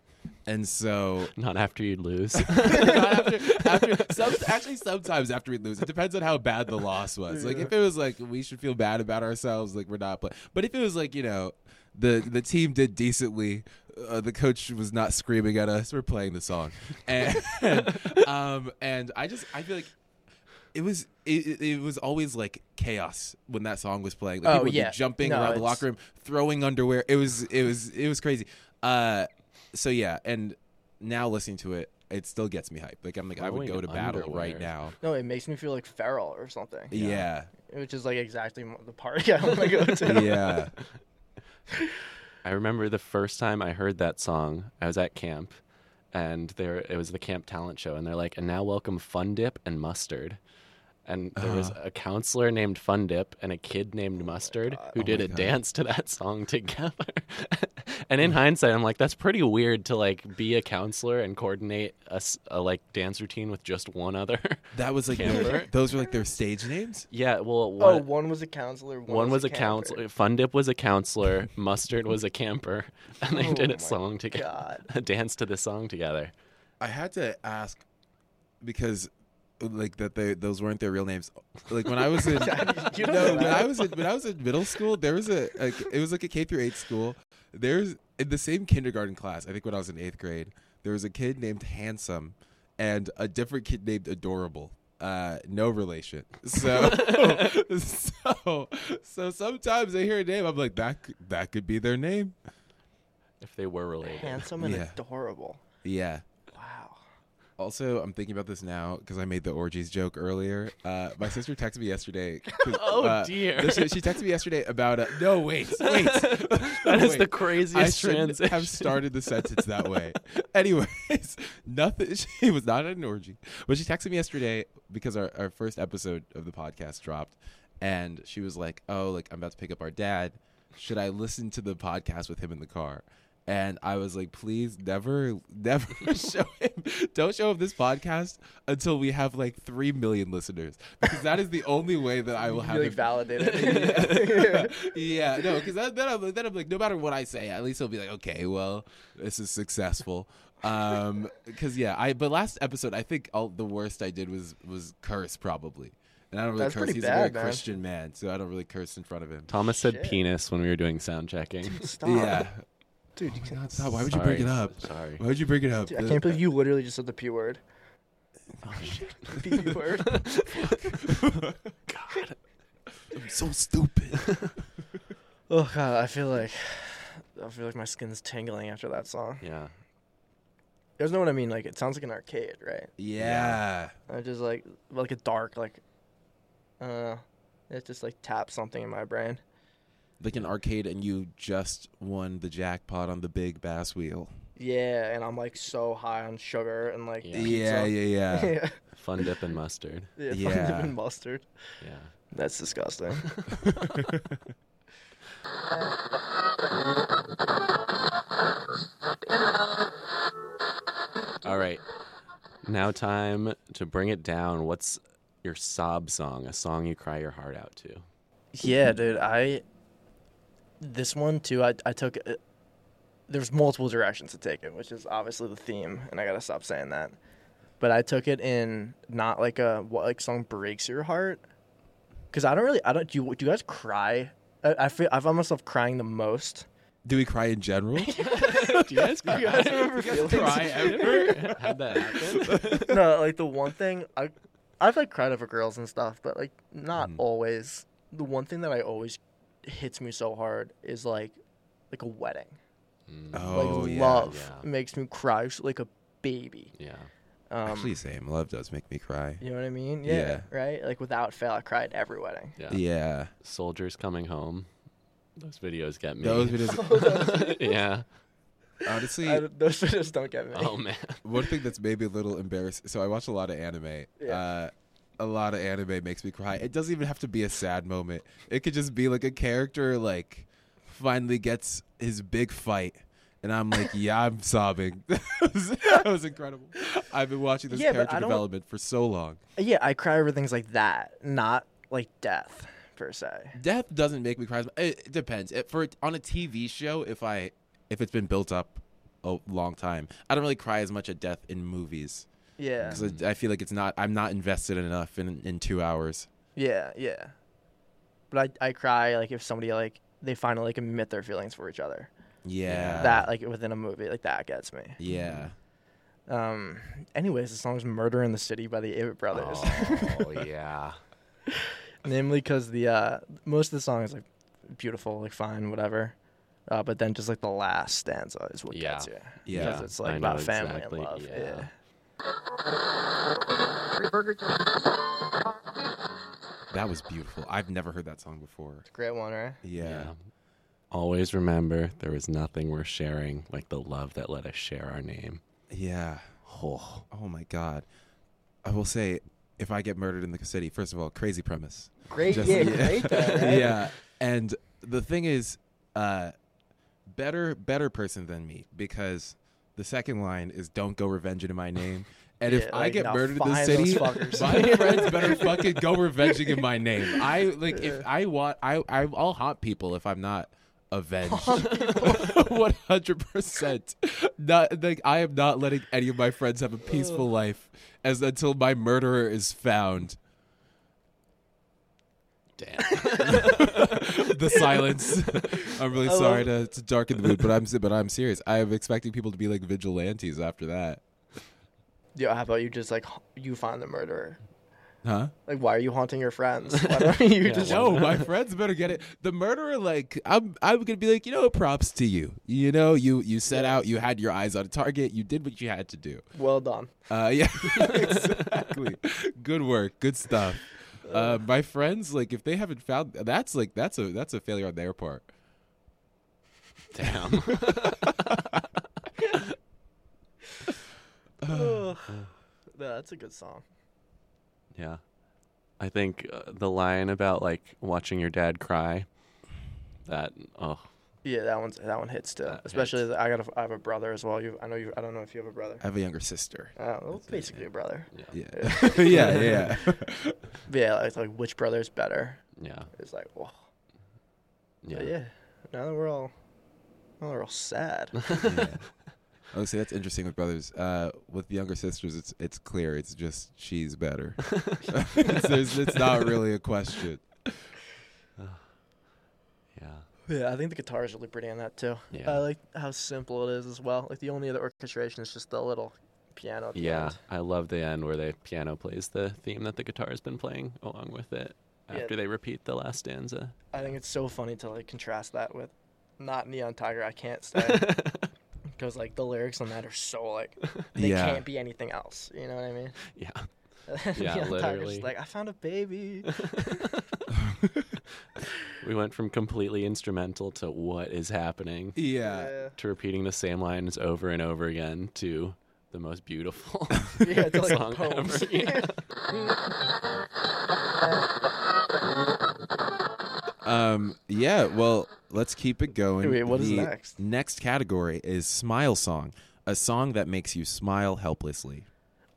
S3: and so
S2: Not after you lose.
S3: Not after, after <laughs> some, actually sometimes after we lose it depends on how bad the loss was like if it was like we should feel bad about ourselves like we're not playing but if it was like you know the the team did decently uh, the coach was not screaming at us we're playing the song and <laughs> um and i just i feel like it was it, it- it was always like chaos when that song was playing. Like
S4: Oh,
S3: people would
S4: yeah.
S3: be jumping
S4: No,
S3: around the
S4: it's-
S3: locker room, throwing underwear. It was it was it was crazy. Uh, so yeah, and now listening to it, it still gets me hyped. Like I'm like I would
S2: Throwing
S3: go to battle right
S2: underwear.
S3: now.
S4: no, it makes me feel like feral or something,
S3: Yeah,
S4: which is like exactly mo- the party <laughs> I want to
S3: <laughs>
S4: go to.
S3: yeah.
S2: I remember the first time I heard that song, I was at camp and there it was the camp talent show and they're like, and now welcome Fun Dip and Mustard. And there was a counselor named Fun Dip and a kid named Mustard who did a dance to that song <laughs> together. and in hindsight, I'm like, that's pretty weird to like be a counselor and coordinate a, s- a, like dance routine with just one other. <laughs>
S3: That was like their-
S2: Camper.
S3: those were like their stage names.
S2: yeah, well, one
S4: Oh, one was a counselor. One,
S2: one was a
S4: camper.
S2: counselor. Fun Dip was a counselor. Mustard was a camper, <laughs> and they
S4: Oh
S2: did
S4: my
S2: a song together.
S4: God.
S2: <laughs> a dance to this song together.
S3: I had to ask because like that they those weren't their real names. Like when <laughs> I was in
S4: <laughs> You don't
S3: no,
S4: know
S3: when
S4: that.
S3: I was in, when I was in middle school, there was a, a it was like a K through eight school. There's in the same kindergarten class. I think when I was in eighth grade, there was a kid named Handsome, and a different kid named Adorable. Uh, no relation. <laughs> So, so, so sometimes I hear a name, I'm like that. c- That could be their name.
S2: If they were related,
S4: handsome and
S3: Yeah.
S4: adorable.
S3: Yeah.
S4: Wow.
S3: Also, I'm thinking about this now because I made the orgies joke earlier. Uh, my sister texted me yesterday. <laughs> 'cause,
S2: Oh,
S3: uh,
S2: dear.
S3: this- She, texted me yesterday about a, no wait wait.
S2: <laughs> that is the
S3: Wait. I
S2: craziest
S3: shouldn't
S2: transition.
S3: have started the sentence that way. <laughs> Anyways, nothing. <laughs> She was not at an orgy, but she texted me yesterday because our, our first episode of the podcast dropped, and she was like, "Oh, like I'm about to pick up our dad. Should I listen to the podcast with him in the car?" And I was like, "Please, never, <laughs> never show him. Don't show him this podcast until we have like three million listeners, because that is the only way that I will
S4: You
S3: have
S4: like
S3: him- <laughs>
S4: validated.
S3: yeah, no, because then, then, I'm, then I'm like, no matter what I say, at least he'll be like, okay, well, this is successful. Um, because yeah, I but last episode, I think all the worst I did was was curse probably, and I don't really
S4: That's
S3: curse.
S4: pretty
S3: He's a
S4: bad,
S3: very
S4: man.
S3: Christian man, so I don't really curse in front of him.
S2: Thomas said
S4: Shit.
S2: penis when we were doing sound checking.
S4: <laughs> Stop,
S3: Yeah,
S4: dude. You can't,
S3: God, stop. Why would you bring
S2: Sorry.
S3: it up?
S2: Sorry.
S3: Why would you bring it up?
S4: dude, I can't believe you literally just said the p word.
S3: Oh,
S4: <laughs> P
S3: <laughs>
S4: word.
S3: I'm so
S4: <laughs>
S3: stupid.
S4: Oh god, I feel like I feel like my skin's tingling after that song.
S2: Yeah.
S4: You guys know what I mean? Like it sounds like an arcade, right?
S3: yeah.
S4: I just like like a dark like I don't know. It just like taps something in my brain.
S3: like an arcade, and you just won the jackpot on the big bass wheel.
S4: Yeah, and I'm like so high on sugar and like
S2: Yeah.
S3: Yeah, yeah,
S4: pizza.
S3: yeah.
S4: <laughs> yeah.
S2: Fun dip and mustard.
S4: yeah,
S3: Yeah.
S4: yeah. mustard.
S2: Yeah.
S4: That's <laughs> disgusting.
S2: <laughs> All right. Now time to bring it down. What's your sob song? A song you cry your heart out to.
S4: Yeah, dude. I this one too. I I took uh, there's multiple directions to take it, which is obviously the theme, and I gotta stop saying that. But I took it in not like a what like song breaks your heart, because I don't really I don't do you, do you guys cry? I, I feel I find myself crying the most.
S3: Do we cry in
S4: <laughs>
S3: general?
S2: <laughs> Do you guys cry?
S4: remember
S2: cry ever? Had that happen?
S4: no, like the one thing I, I've like cried over girls and stuff, but like not
S3: Mm-hmm.
S4: always. The one thing that I always hits me so hard is like, like a wedding.
S2: Hmm.
S3: oh,
S4: like
S3: yeah.
S4: love
S2: yeah.
S4: makes me cry s- like a baby.
S2: Yeah.
S4: Um,
S3: Actually, same. Love does make me cry.
S4: you know what I mean?
S3: Yeah.
S4: Yeah, Right? Like without fail, I cried every wedding.
S2: Yeah.
S3: Yeah.
S2: Soldiers coming home. Those videos get me.
S4: <laughs>
S3: Those videos.
S2: <laughs> yeah.
S3: honestly,
S4: I, those <laughs> videos don't get me.
S2: Oh man.
S3: one thing that's maybe a little embarrassing. So I watch a lot of anime.
S4: Yeah.
S3: Uh, a lot of anime makes me cry. It doesn't even have to be a sad moment. It could just be like a character like finally gets his big fight, and I'm
S4: <laughs>
S3: like, yeah, I'm sobbing. <laughs> that, was, that was incredible. I've been watching this
S4: Yeah, but
S3: character
S4: I don't-
S3: development for so long.
S4: Yeah, I cry over things like that, not like death per se.
S3: Death doesn't make me cry. as mu- It, it depends. It, for on a TV show, if I if it's been built up a long time, I don't really cry as much at death in movies.
S4: Yeah.
S3: 'Cause I I feel like it's not. I'm not invested enough in in two hours.
S4: Yeah, yeah. But I, I cry like if somebody like they finally like admit their feelings for each other.
S3: Yeah.
S4: that like within a movie like that gets me.
S3: Yeah.
S4: Um. Anyways, the song's "Murder in the City" by the Avett Brothers,
S2: Oh yeah.
S4: <laughs> namely because the uh most of the song is like beautiful, like fine, whatever. Uh, but then just like the last stanza is what
S2: Yeah.
S4: gets you.
S3: Yeah.
S4: Because it's like
S2: I
S4: about
S2: know
S4: family
S2: exactly,
S4: and love.
S2: yeah.
S4: Yeah.
S3: That was beautiful. I've never heard that song before.
S4: Great one, right?
S3: Yeah.
S2: Always remember there was nothing worth sharing like the love that let us share our name.
S3: Yeah.
S2: Oh.
S3: Oh my god. I will say, if I get murdered in the city, first of all, crazy premise.
S4: Great,
S3: Just-
S4: <laughs> yeah,
S3: yeah.
S4: great
S3: <laughs>
S4: though. Right?
S3: yeah. And the thing is, uh, better better person than me because the second line is "Don't go revenging in my
S4: <laughs>
S3: name." And if
S4: Yeah,
S3: I
S4: like,
S3: get
S4: now
S3: murdered in the
S4: find those
S3: city,
S4: fuckers. <laughs>
S3: my friends better fucking go revenging in my name. I like if I want, I I- I'll haunt people if I'm not
S4: <laughs>
S3: avenged. <laughs> One hundred percent. Not like I am not letting any of my friends have a peaceful life as until my murderer is found.
S2: Damn.
S3: the silence. <laughs> I'm really
S4: love-
S3: sorry to, to darken the mood, but I'm but I'm serious. I'm expecting people to be like vigilantes after that,
S4: Yo, how about you just like h- you find the murderer?
S3: huh?
S4: Like, why are you haunting your friends? Why don't you just
S3: No, <laughs> my friends better get it. The murderer, like I'm, I'm gonna be like, you know, props to you. You know, you you set out, you had your eyes on target, you did what you had to do.
S4: <laughs> well done?
S3: Uh, <laughs> yeah, exactly. good work, good stuff. Uh, my friends, like if they haven't found, that's like that's a that's a failure on their part.
S2: Damn.
S4: <sighs> Ugh. No, that's a good song.
S2: Yeah. I think uh, the line about like watching your dad cry that oh
S4: Yeah, that one's that one hits too.
S2: That
S4: Especially the- I got a, I have a brother as well. You I know you I don't know if you have a brother.
S3: I have a younger sister.
S4: Uh, well, basically a brother.
S2: yeah.
S3: Yeah, <laughs> yeah, yeah. <laughs>
S4: But yeah, like, like which brother's better?
S2: Yeah.
S4: It's like, well,
S2: Yeah.
S4: yeah. yeah. Now that we're all, now that we're all sad.
S3: Oh, see, that's interesting with brothers. Uh, with younger sisters, it's it's clear. It's just she's better. <laughs> it's, there's- it's not really a question.
S2: <laughs> Yeah.
S4: yeah, I think the guitar is really pretty on that too.
S2: Yeah.
S4: I like how simple it is as well. Like the only other orchestration is just the little piano. At the
S2: Yeah,
S4: end.
S2: I love the end where the piano plays the theme that the guitar has been playing along with it
S4: Yeah.
S2: after they repeat the last stanza.
S4: I think it's so funny to like contrast that with, not Neon Tiger. I can't stay.
S2: <laughs>
S4: Because like the lyrics on that are so like they
S3: Yeah.
S4: can't be anything else. You know what I mean?
S2: Yeah.
S4: <laughs> yeah,
S2: literally.
S4: like I found
S2: <laughs>
S4: a baby.
S2: We went from completely instrumental to what is happening
S3: Yeah.
S2: <laughs>
S4: yeah,
S2: to repeating the same lines over and over again to the
S3: <laughs>
S2: most beautiful
S4: yeah, it's like
S2: song
S4: poems. <laughs>
S2: ever. Yeah.
S3: Um. Yeah. Well, let's keep it going.
S4: Wait, what is
S3: The
S4: next?
S3: Next category is smile song, a song that makes you smile helplessly.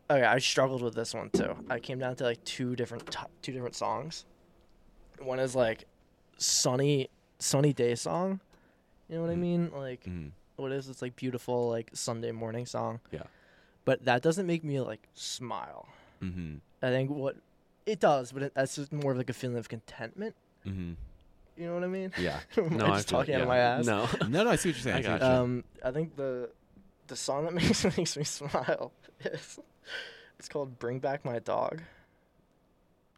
S4: Okay, I struggled with this one too. I came down to like two different t- two different songs. One is like sunny sunny day song. You know what I
S2: Mm.
S4: mean? Like
S2: Mhm.
S4: what is it's like beautiful like Sunday morning song.
S2: Yeah.
S4: But that doesn't make me like smile.
S1: Mm-hmm.
S4: I think what it does, but it, that's just more of like a feeling of contentment.
S1: Mm-hmm.
S4: You know what I mean? <laughs>
S2: Yeah.
S4: Am I just
S2: feel-
S4: talking out
S2: yeah.
S4: of my ass?
S2: No. <laughs>
S3: No, no, I see what you're saying.
S2: I
S3: I see what
S2: got
S3: you're
S2: you.
S4: Um, I think the the song that <laughs> makes makes me smile is it's called "Bring Back My Dog."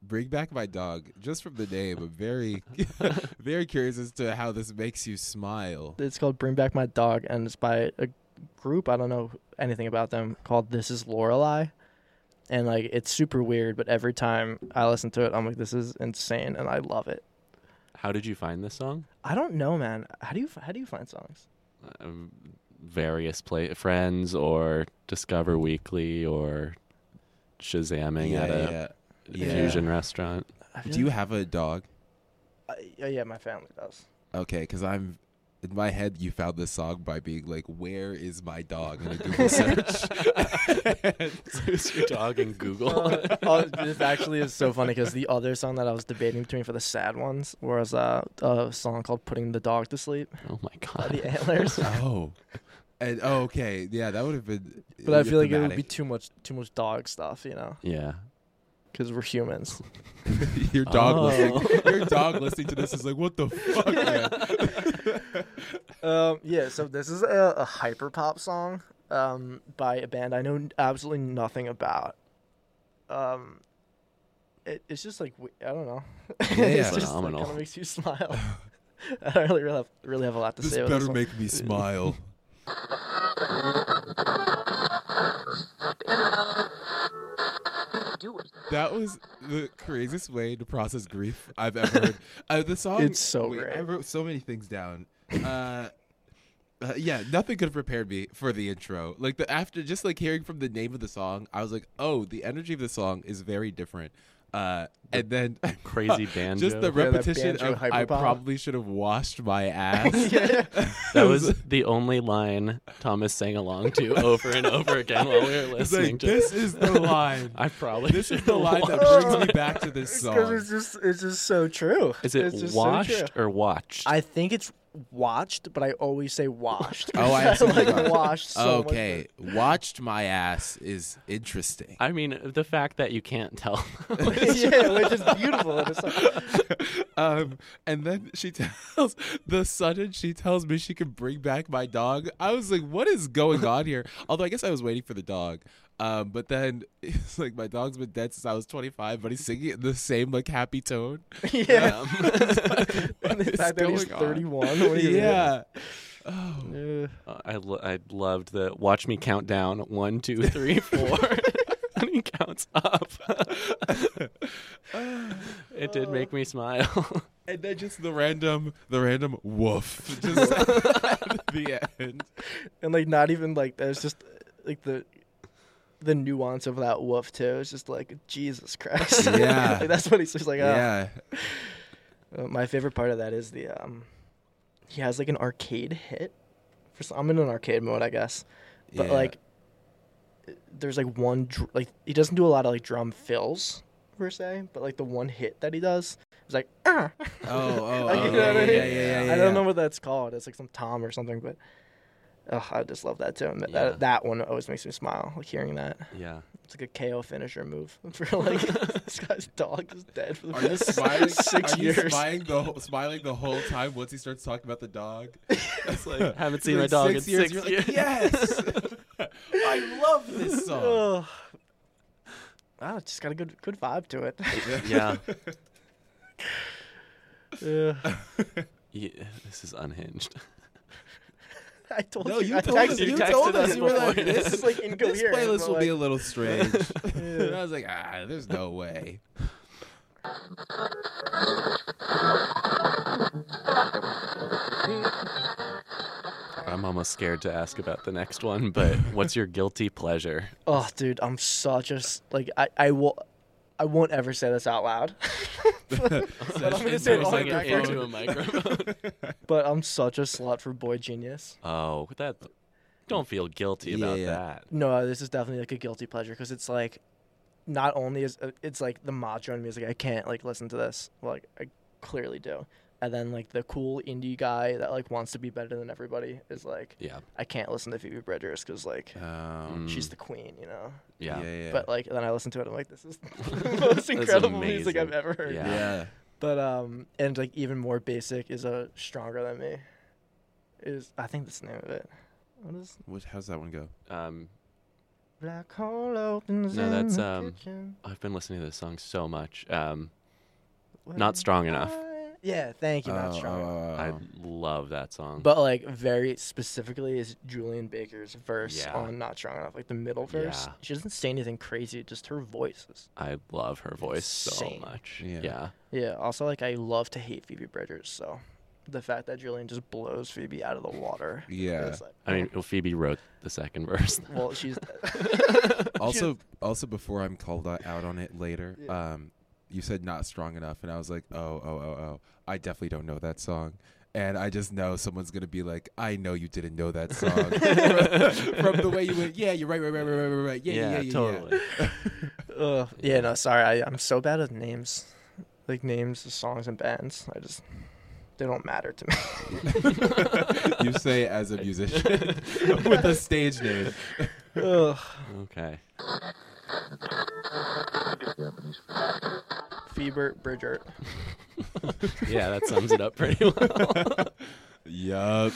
S3: Bring back my dog. Just from the name, I'm very, <laughs> very curious as to how this makes you smile.
S4: It's called "Bring Back My Dog" and it's by a group I don't know anything about them called "This Is Lorelei," and like it's super weird, but every time I listen to it, I'm like, "This is insane," and I love it.
S2: How did you find this song?
S4: I don't know, man. How do you how do you find songs?
S2: Um, various play friends or Discover Weekly or Shazamming at a
S3: yeah.
S2: fusion
S3: <laughs>
S2: restaurant.
S4: I feel
S3: Do you
S4: like-
S3: have a dog?
S4: I- oh, yeah, yeah, my family does.
S3: Okay, because I'm in my head. You found this song by being like, "Where is my dog?" in a
S4: <laughs>
S3: Google search.
S2: <laughs> Who's your dog in <laughs> Google?
S4: Uh, oh, this actually is so funny because the other song that I was debating between for the sad ones was uh, a song called "Putting the Dog to Sleep"
S2: oh my
S4: by
S2: god.
S4: the
S3: <laughs>
S4: Antlers.
S3: oh, and oh, okay, yeah, that would have been.
S4: But I feel like it would be
S3: <laughs> thematic.
S4: too much, too much dog stuff, you know,
S3: <laughs>
S2: Yeah.
S4: because we're humans.
S3: your dog.
S2: Oh.
S3: Listening, your dog listening to this is like, "What the fuck?" man?"
S4: <laughs> um, yeah. So this is a, a hyper pop song um, by a band I know absolutely nothing about. Um, it, it's just like we- I don't know. <laughs>
S3: yeah.
S4: it's just like,
S2: Phenomenal.
S4: kind of makes you <laughs> smile. I don't really, really have really have a lot to
S3: This
S4: say. about
S3: better
S4: song.
S3: make me smile. That was the craziest way to process grief I've ever heard. Uh, the song.
S4: It's so
S3: wait,
S4: great.
S3: I wrote so many things down. Uh, uh, yeah, nothing could have prepared me for the intro. Like the after, just like hearing from the name of the song, I was like, "Oh, the energy of the song is very different." Uh, and then <laughs>
S2: Crazy banjo.
S3: just the
S4: Yeah, that
S3: repetition
S4: banjo
S3: of I
S4: hyperpop.
S3: probably should have washed
S4: <laughs>
S3: my ass.
S4: yeah.
S2: that was the only line Thomas sang along
S3: <laughs>
S2: to over and over again while we were
S3: It's
S2: listening
S3: like,
S2: to
S3: this is the
S4: <laughs>
S3: line.
S2: I probably
S3: This is
S2: should
S3: the line that
S2: watch.
S3: brings me back to this
S4: Because
S3: song.
S4: it's just it's just so true.
S2: Is
S4: It's
S2: it
S4: just so
S2: washed
S4: true.
S2: or watched?
S4: I think it's watched, but I always say washed.
S3: Oh,
S4: <laughs>
S3: I see what you
S4: like
S3: mean.
S4: washed. So much
S3: okay, watched my ass is interesting.
S2: I mean, the fact that you can't tell. <laughs>
S4: better. <laughs> yeah, which is beautiful. And
S3: <laughs>
S4: it's like,
S3: <laughs> Um, and then she <laughs> tells the sudden she tells me she can bring back my dog. I was like, what is going on
S4: <laughs>
S3: here? Although I guess I was waiting for the dog. Um, but then <laughs> it's like my dog's been dead since I was 25, but he's singing it in the same like happy tone.
S4: yeah. <laughs> and the
S3: What is
S4: fact that he's
S3: going on?
S4: 31. What do you
S3: Yeah. Oh.
S4: mean?
S2: I, lo- I loved the watch me count down one, two, three, <laughs> four. and he counts up. it did make me smile.
S3: And then just the random, the random
S4: <laughs>
S3: woof. Just <laughs> at the end.
S4: <laughs> And like not even like there's just like the the nuance of that woof too. It's just like Jesus Christ.
S3: Yeah.
S4: <laughs> Like, that's what he's just like. Oh.
S3: Yeah.
S4: Uh, my favorite part of that is the um, he has like an arcade hit. For some, I'm in an arcade mode, I guess, but
S3: Yeah.
S4: like there's like one dr- like he doesn't do a lot of like drum fills per se, but like the one hit that he does is like <laughs> ah.
S3: Oh, oh,
S4: <laughs> Like,
S3: oh,
S4: you know what I
S3: yeah,
S4: mean?
S3: yeah, yeah, yeah,
S4: I don't
S3: yeah.
S4: know what that's called. It's like some tom or something, but. Oh, I just love that too. And that,
S2: Yeah.
S4: that one always makes me smile. Like hearing that,
S2: <laughs> yeah.
S4: it's like a KO finisher move <laughs> for like this guy's dog is dead for the
S3: Are you
S4: past
S3: smiling?
S4: <laughs> six
S3: are you
S4: years.
S3: smiling the whole, smiling the whole time once he starts talking about the
S4: <laughs>
S3: dog? It's like
S2: haven't seen my dog in six
S3: you're
S2: years.
S3: Like,
S2: <laughs>
S3: yes, I love
S4: <laughs>
S3: this song.
S4: Ugh. Wow, it's just got a good good vibe to it.
S2: Yeah.
S4: Yeah.
S2: yeah. This is unhinged.
S4: <laughs> I told
S3: No,
S4: you.
S3: you
S4: I
S3: told us.
S4: texted
S3: You
S2: texted
S3: told
S2: us
S3: us. You were like,
S2: beforehand.
S4: this
S3: this,
S4: is like
S3: this
S4: incoherent.
S3: playlist
S4: but,
S3: will
S4: like,
S3: be a little strange. <laughs> and
S4: <laughs> yeah.
S3: I was like, ah, there's no way. <laughs>
S2: I'm almost scared to ask about the next one, but what's your guilty pleasure? <laughs>
S4: Oh, dude, I'm such a s- like I I will. I won't ever say this out loud, <laughs> but I'm gonna say it
S2: It's
S4: on
S2: like
S3: oh,
S4: the
S2: an
S4: record.
S2: into a microphone.
S4: But I'm such a slut for boy genius.
S2: Oh, that. Don't feel guilty about
S3: Yeah.
S2: that.
S4: No, this is definitely like a guilty pleasure because it's like, uh, not only is it's like the macho in music. I can't like listen to this. Well, like I clearly do, and then like the cool indie guy that like wants to be better than everybody is like
S2: Yeah.
S4: I can't listen to Phoebe Bridgers because like
S3: Um,
S4: she's the queen, you know.
S2: Mm, Yeah.
S3: yeah, yeah.
S4: But like then I listen to it, I'm
S2: <laughs>
S4: like, this is <laughs> the most incredible music I've
S2: amazing.
S4: ever heard.
S2: Yeah.
S3: yeah.
S4: But um, and like even more basic is a stronger than me. Is I think that's the name of it. What is
S3: What, how's that one go?
S2: Um,
S4: black hole opens
S2: No,
S4: in
S2: that's,
S4: the
S2: um,
S4: kitchen?
S2: I've been listening to this song so much. Um,
S4: Well,
S2: not strong enough.
S4: I- Yeah, thank you. not
S3: Oh,
S4: strong.
S3: oh,
S4: enough.
S3: oh,
S2: I
S3: oh.
S2: love that song.
S4: But like very specifically is Julian Baker's verse
S2: Yeah.
S4: on "Not Strong Enough," like the middle verse.
S2: Yeah.
S4: She doesn't say anything crazy; just her voice is
S2: I love her voice
S4: Insane.
S2: so much.
S3: Yeah.
S2: yeah.
S4: Yeah. Also, like I love to hate Phoebe Bridgers, so the fact that Julian just blows Phoebe out of the water.
S3: Yeah.
S4: is like,
S2: I mean, well, Phoebe wrote the second <laughs> verse.
S4: well, she's
S3: Also, also before I'm called o- out on it later, um, you said not strong enough, and I was like, oh, oh, oh, oh, I definitely don't know that song. And I just know someone's gonna be like, "I know you didn't know that song," from the way you went. Yeah, you're right, right, right, right, right, right, right. Yeah, yeah, yeah, yeah, yeah. <laughs>
S2: totally.
S4: Ugh. yeah. No, sorry, I, I'm so bad at names, like names, of songs, and bands. I just they don't matter to me.
S3: you say as a
S2: <laughs>
S3: musician with a stage name.
S4: Ugh.
S2: Okay.
S4: Phoebe Bridger.
S2: Yeah, that sums it up
S3: <laughs>
S2: pretty well.
S3: Yup.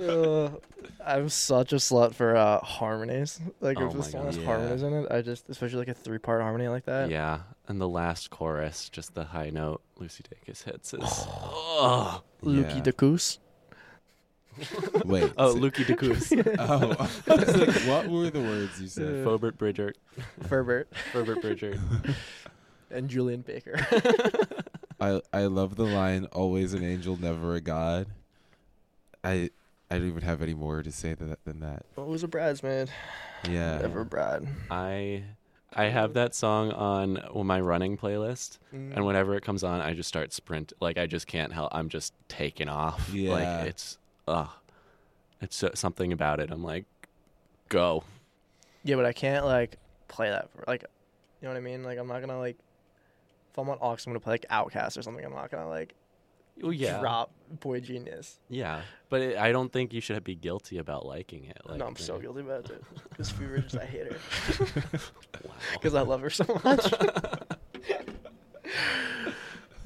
S4: Ugh. I'm such a slut for uh, harmonies. Like
S2: Oh
S4: if the
S2: my
S4: song
S2: God.
S4: has
S3: Yeah.
S4: harmonies in it, I just especially like a three part harmony like that.
S2: yeah, and the last chorus, just the high note Lucy Dacus
S3: <sighs>
S2: hits is. oh,
S4: Lukey
S3: Yeah.
S4: yeah. DeCoos. <laughs>
S3: Wait.
S2: oh,
S3: so- <laughs>
S2: Lukey DeCoos.
S3: Oh, I was like, what were the words you said? <laughs>
S2: <laughs> Fobert Bridger.
S4: Ferbert
S2: Ferbert Bridger.
S4: and Julian Baker.
S3: I I love the line "Always an angel, never a god." I I don't even have any more to say tha- than that.
S4: what was a bridesmaid?
S3: Yeah.
S4: Ever bride.
S2: I I have that song on my running playlist, and whenever it comes on, I just start sprint. Like I just can't help. I'm just taking off.
S3: Yeah.
S2: Like it's ugh. It's so, something about it. I'm like, go.
S4: Yeah, but I can't like play that for like, you know what I mean? Like I'm not gonna like, if I'm on aux, I'm gonna play like Outcast or something. I'm not gonna like
S2: Well, yeah,
S4: drop Boy Genius.
S2: yeah. But it, I don't think you should be guilty about liking it. Like,
S4: no, I'm so <laughs>
S2: uh,
S4: guilty
S2: <laughs>
S4: about it, dude. Because Fever just I hate her <laughs>
S2: wow.
S4: because I love her so
S2: <laughs>
S4: much.
S2: <laughs>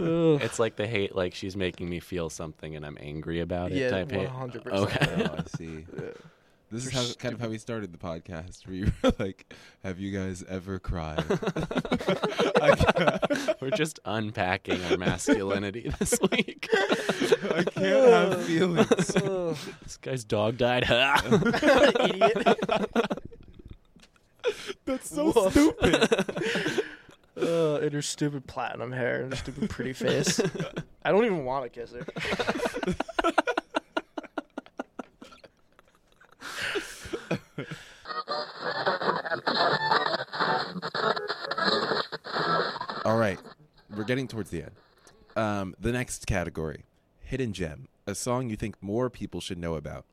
S4: Ugh.
S2: It's like the hate. Like she's making me feel something, and I'm angry about it.
S4: Yeah,
S2: type hate.
S4: 100%.
S2: Okay. <laughs>
S3: Oh, <laughs> I see.
S4: Yeah.
S3: This is
S4: You're
S3: how kind of how we started the podcast. We were <laughs> like, "Have you guys ever <laughs> cried?"
S2: <laughs> We're just unpacking our masculinity
S4: <laughs>
S2: this week.
S3: <laughs> I can't have <laughs> feelings.
S4: Ugh.
S2: this guy's dog died. <laughs>
S4: Idiot.
S3: That's so
S4: Woof.
S3: stupid.
S4: Uh, and her stupid platinum hair and her stupid
S2: <laughs>
S4: pretty face. I don't even want to kiss her.
S3: All right, we're getting towards the end. Um, the next category: hidden gem, a song you think more people should know about.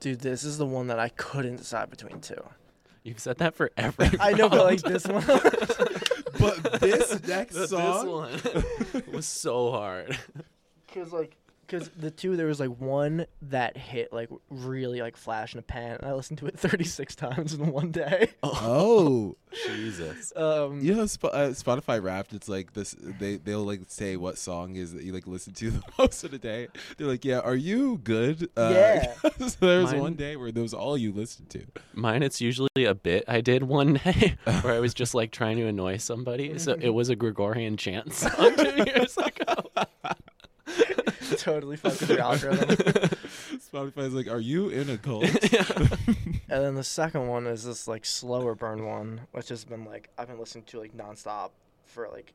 S4: Dude, this is the one that I couldn't decide between two.
S2: You've said that for every.
S4: <laughs> I know, but like this one.
S3: But <laughs> this next
S2: <laughs> This
S3: song,
S2: one <laughs> was so hard.
S4: Cause like, cause the two there was like one that hit like really like flash in a pan, and I listened to it <laughs> 36 times in one day.
S3: oh.
S2: Jesus.
S4: <laughs> Um,
S3: You know, Sp- uh, Spotify Wrapped. It's like this. They they'll like say what song is that you like listen to <laughs> the most of the day. They're like, yeah, are you good? Uh, <laughs>
S4: Yeah.
S3: so there was
S2: Mine-
S3: one day where that was all you listened to. <laughs>
S2: Mine, it's usually a bit I did one <laughs> day where I was just like trying to annoy somebody. So
S4: Mm-hmm.
S2: it was a Gregorian <laughs> chant song two years ago.
S4: totally fucked with the algorithm.
S3: Spotify's like, are you in a
S4: <laughs>
S3: cult? <laughs>
S4: and then the second one is this like slower burn one, which has been like I've been listening to like nonstop for like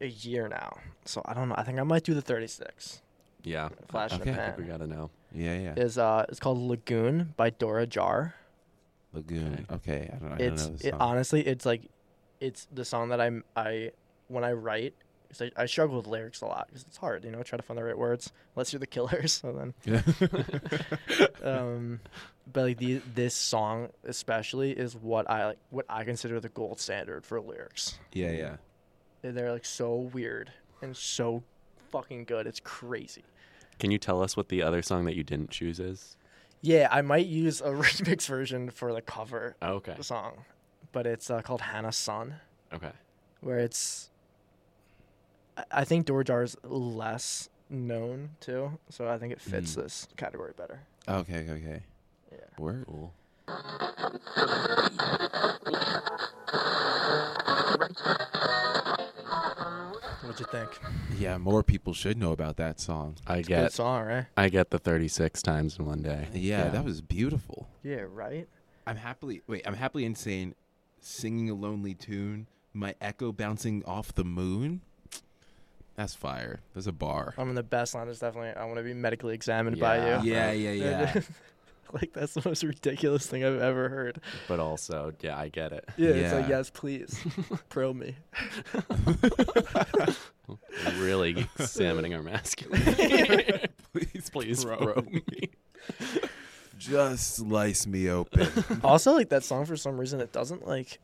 S4: a year now. So I don't know. I think I might do the 36
S2: <laughs> Yeah.
S4: flash in
S3: Okay.
S4: a
S2: I think we
S4: pan.
S2: gotta know.
S3: yeah, yeah.
S4: Is uh, it's called Lagoon by Dora Jar.
S3: Lagoon. Okay, I don't, I don't
S4: it's
S3: know. This
S4: it,
S3: song.
S4: honestly it's like it's the song that i'm i when i write 'cause I, I struggle with lyrics a lot because it's hard you know try to find the right words unless you're the killers <laughs> so then <laughs> um but like the, this song especially is what i like what i consider the gold standard for lyrics
S3: <laughs> yeah, yeah.
S4: they're, they're like so weird and so fucking good. It's crazy.
S2: Can you tell us what the other song that you didn't choose is?
S4: Yeah, I might use a <laughs> remix version for the cover
S2: Okay.
S4: song, but it's uh, called Hannah Sun,
S2: Okay.
S4: where it's. I- I think Door Jar's less known too, so I think it fits
S3: Hmm.
S4: this category better.
S3: Okay, okay.
S4: Yeah.
S3: Word.
S2: Cool.
S4: What'd you think?
S3: Yeah, more people should know about that song.
S2: I
S4: Good
S2: get
S4: song, right?
S2: I get the 36 times in one day.
S3: Yeah, that was beautiful.
S4: Yeah, right.
S3: I'm happily wait, I'm happily insane singing a lonely tune, my echo bouncing off the moon. That's fire. There's a bar.
S4: I mean, the best line is definitely "I want to be medically examined
S2: Yeah.
S4: by you."
S3: Yeah, yeah,
S4: <laughs>
S3: yeah. <laughs>
S4: like that's the most ridiculous thing I've ever heard.
S2: but also, yeah, I get it.
S4: Yeah, it's like
S3: Yeah. <laughs>
S4: yes, please, pro me.
S2: Really
S4: <laughs>
S2: examining our masculinity. please, please,
S3: bro.
S2: bro. me.
S3: Just slice me open.
S4: also, like that song for some reason it doesn't like,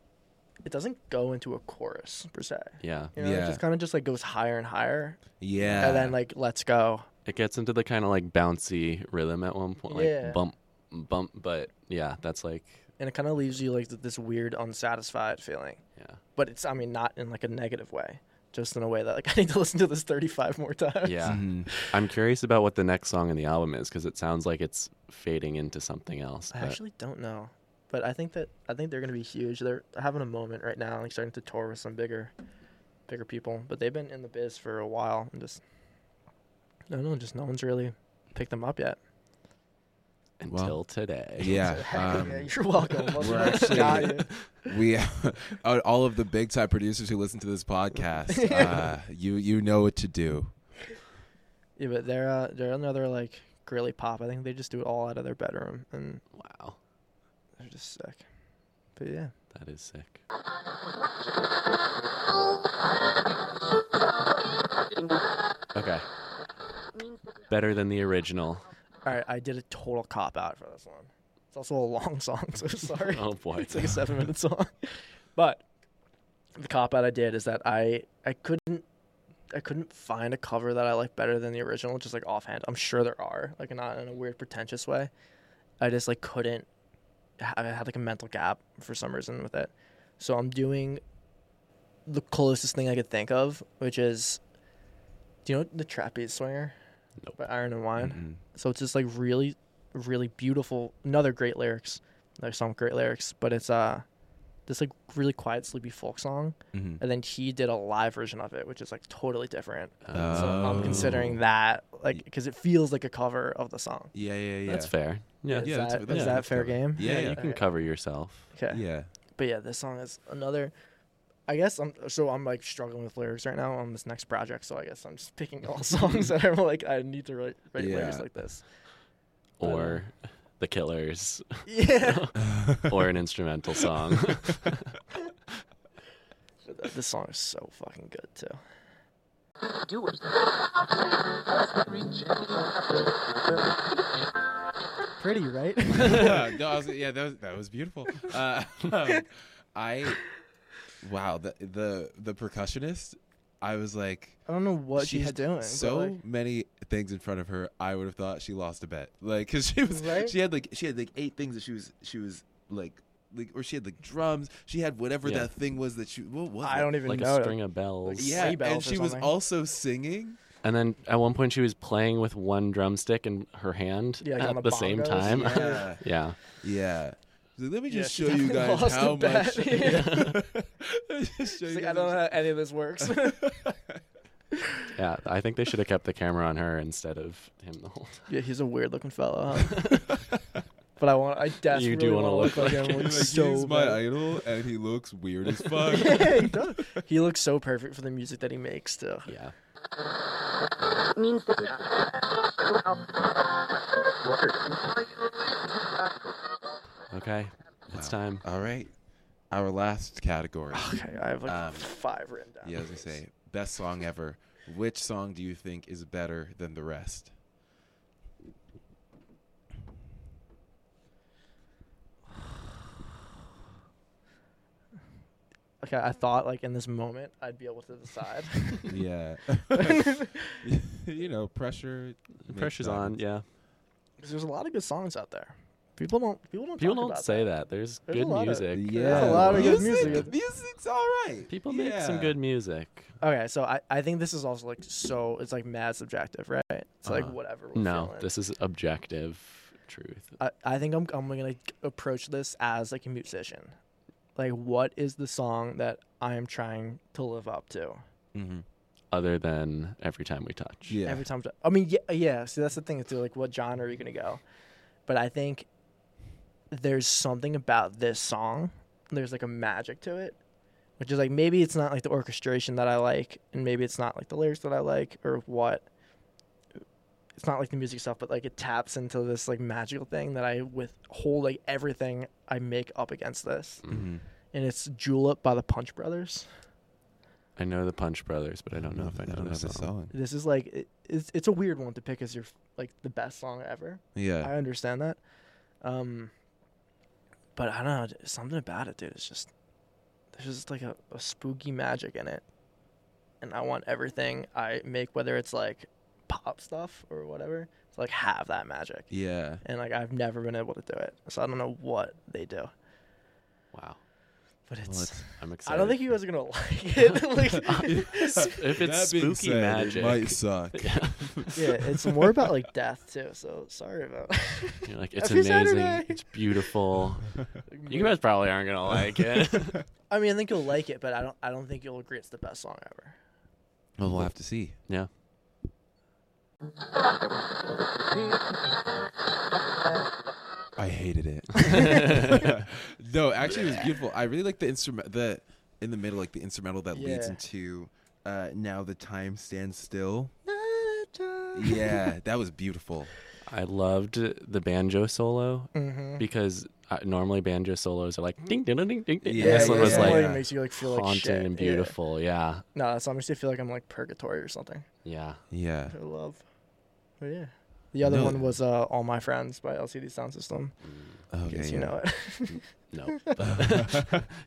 S4: it doesn't go into a chorus per se.
S2: Yeah.
S4: You know, it
S3: Yeah.
S4: just kind of just like goes higher and higher,
S3: yeah.
S4: and then like let's go.
S2: It gets into the kind of like bouncy rhythm at one point, like
S4: Yeah.
S2: bump, bump. But yeah, that's
S4: <laughs>
S2: like,
S4: and it kind of leaves you like th- this weird unsatisfied feeling
S2: yeah,
S4: but it's i mean not in like a negative way just in a way that like <laughs> i need to listen to this 35 more times
S2: yeah.
S4: <laughs>
S3: Mhm.
S2: I'm curious about what the next song in the album is because it sounds like it's fading into something else.
S4: i
S2: but-
S4: actually don't know but i think that i think they're going to be huge they're having a moment right now like starting to tour with some bigger bigger people but they've been in the biz for a while and just i don't know just no one's really picked them up yet
S2: until
S3: Well,
S2: today.
S4: <laughs>
S3: Yeah. um,
S4: yeah you're welcome <laughs>
S3: we're actually- we <laughs> uh, all of the big time producers who listen to this
S4: <laughs>
S3: podcast, uh, you you know what to do.
S4: yeah but they're uh, they're another like girly pop i think they just do it all out of their bedroom and
S2: <laughs> Wow,
S4: they're just sick but yeah
S2: that is sick. Okay. Better than the original.
S4: All right, I did a total cop out for this one. It's also a long <laughs> song, so sorry.
S2: Oh boy.
S4: <laughs> It's like a seven minute song. But the cop out I did is that I I couldn't I couldn't find a cover that I like better than the original, just like offhand. I'm sure there are, like not in a weird pretentious way. I just like couldn't. I had like a mental gap for some reason with it. So I'm doing the closest thing I could think of, which is, do you know the Trapeze Swinger
S2: Nope.
S4: by Iron and Wine?
S3: Mhm.
S4: So it's just like really, really beautiful. Another great lyrics. There's some great lyrics, but it's uh, this like really quiet, sleepy folk song.
S3: Mhm.
S4: And then he did a live version of it, which is like totally different. So
S3: Oh.
S4: I'm considering that like because it feels like a cover of the song.
S3: Yeah, yeah, yeah.
S2: That's fair. Yeah.
S4: Is
S3: Yeah, that's-
S4: that,
S3: that's-
S4: is
S3: yeah.
S4: that fair game?
S3: Yeah,
S2: Yeah,
S3: yeah.
S2: you can cover yourself.
S4: Okay.
S3: yeah.
S4: But yeah, this song is another. I guess I'm so I'm like struggling with lyrics right now on this next project, so I guess I'm just picking all <laughs> songs that I'm like I need to write, write lyrics
S3: Yeah.
S4: like
S3: <laughs>
S4: this. I don't know.
S2: Or the <laughs> killers.
S4: Yeah.
S2: or an instrumental
S4: <laughs>
S2: song. <laughs>
S4: But th- this song is so fucking good too.
S2: <laughs>
S4: Pretty, right? <laughs>
S3: no, I was, yeah, that was, that was beautiful. Uh, um, I wow the the the percussionist. I was like,
S4: I don't know what
S3: she
S4: she's
S3: had
S4: doing. but,
S3: so
S4: like,
S3: many things in front of her. I would have thought she lost a bet, like because she was
S4: Right?
S3: she had like she had like eight things that she was she was like like or she had like drums. She had whatever
S2: Yeah.
S3: that thing was that she what was
S4: I
S3: it?
S4: don't even
S2: like
S4: know.
S2: a string of bells.
S4: Like,
S3: yeah,
S4: sleigh
S3: and
S4: bells or
S3: she was
S4: something.
S3: also singing.
S2: And then at one point she was playing with one drumstick in her hand
S4: Yeah, like
S2: at
S4: on
S2: the,
S4: the
S2: same
S4: bongos,
S2: time.
S4: <laughs> yeah.
S3: Yeah,
S2: <laughs> yeah.
S3: yeah. She's like, Let me
S4: Yeah,
S3: just
S4: she
S3: show you
S4: definitely
S3: guys
S4: lost a
S3: how much.
S4: bet. <laughs>
S3: <laughs> Let me just show
S4: She's
S3: you
S4: like,
S3: guys
S4: I don't
S3: how
S4: know how any of
S2: <laughs>
S4: this works.
S2: Yeah. I think they should have kept the camera on her instead of him the whole time.
S4: yeah, he's a weird looking fella. Huh?
S2: <laughs>
S4: but I want. I definitely
S2: do
S4: want
S2: wanna
S4: to look,
S2: look
S4: like
S2: like
S4: him.
S2: him.
S4: like,
S3: Like,
S4: so
S3: he's my
S4: bad.
S3: idol, and he looks weird as fuck.
S4: <laughs> yeah, he does. He looks so perfect for the music that he makes too.
S2: Yeah. Okay. It's time.
S3: All right, our last category.
S4: Okay, I have like
S3: Um,
S4: five written down.
S3: yeah, as we say, best song ever. Which song do you think is better than the rest?
S4: Like I, I thought, like in this moment, I'd be able to
S2: <laughs>
S4: decide. <laughs>
S3: yeah. <laughs> you know, pressure.
S2: The
S3: makes
S2: pressure's on.
S3: sense.
S2: Yeah.
S4: 'Cause there's a lot of good songs out there. People don't. People don't.
S2: People
S4: talk
S2: don't
S4: about
S2: say that. There's,
S4: There's a
S2: good
S4: lot of-
S2: music.
S3: Yeah.
S4: a lot of good music.
S3: Music's all right.
S2: People make some
S3: Yeah.
S2: good music.
S4: Okay, so I, I think this is also like so it's like mad subjective, right? It's like
S2: Uh-huh.
S4: whatever. We're
S2: No,
S4: feeling.
S2: this is objective truth.
S4: I, I think I'm I'm gonna approach this as like a musician. Like, what is the song that I am trying to live up to?
S3: Mm-hmm.
S2: Other than every time we touch.
S3: Yeah.
S4: Every time, I mean, yeah, yeah. See, that's the thing too. Like, what genre are you gonna go? But I think there's something about this song. There's like a magic to it, which is like maybe it's not like the orchestration that I like, and maybe it's not like the lyrics that I like, or what. It's not like the music stuff, but like it taps into this like magical thing that I withhold like everything I make up against this,
S3: mm-hmm.
S4: and it's "Julep" by the Punch Brothers.
S2: I know the Punch Brothers, but I don't know if I know this song.
S4: This is like it, it's it's a weird one to pick as your like the best song ever.
S3: Yeah.
S4: I understand that. Um but I don't know, d- something about it, dude. It's just there's just like a, a spooky magic in it. And I want everything I make, whether it's like pop stuff or whatever, to like have that magic.
S3: yeah.
S4: And like I've never been able to do it. So I don't know what they do.
S2: Wow.
S4: But it's
S3: Well, it's-
S2: I'm excited.
S4: I don't think you guys are gonna
S3: <laughs>
S4: <laughs> like it. like,
S2: if it's
S3: That being
S2: spooky
S3: said,
S2: magic.
S3: it might suck.
S4: yeah, it's more about like death too, so sorry about
S2: <laughs>
S4: <laughs>
S2: You're like, it's
S4: Every
S2: amazing.
S4: Saturday.
S2: It's beautiful.
S4: <laughs>
S2: you guys probably aren't going to like it.
S4: I mean, I think you'll like it, but I don't. I don't think you'll agree it's the best song ever.
S3: Well, we'll have to see.
S2: yeah.
S3: I hated it. <laughs> no, actually, it was beautiful. I really like the instrument, the in the middle, like the instrumental that leads
S4: Yeah.
S3: into uh, "Now the Time Stands Still." yeah, that was beautiful.
S2: I loved the banjo solo
S4: Mm-hmm.
S2: because uh, normally banjo solos are like ding, ding, ding, ding, ding. and
S3: Yeah,
S2: this one
S3: yeah,
S2: was
S3: yeah.
S2: like
S3: Yeah.
S4: makes you like feel like
S2: haunting
S4: shit.
S2: and
S4: yeah.
S2: beautiful. Yeah.
S4: No, that song makes you feel like I'm like purgatory or something.
S2: Yeah.
S3: Yeah,
S4: I love. But yeah, the other
S3: No.
S4: one was uh, "All My Friends" by LCD Sound System. In
S3: okay,
S4: case
S3: Oh, yeah.
S4: you know it. <laughs>
S2: No.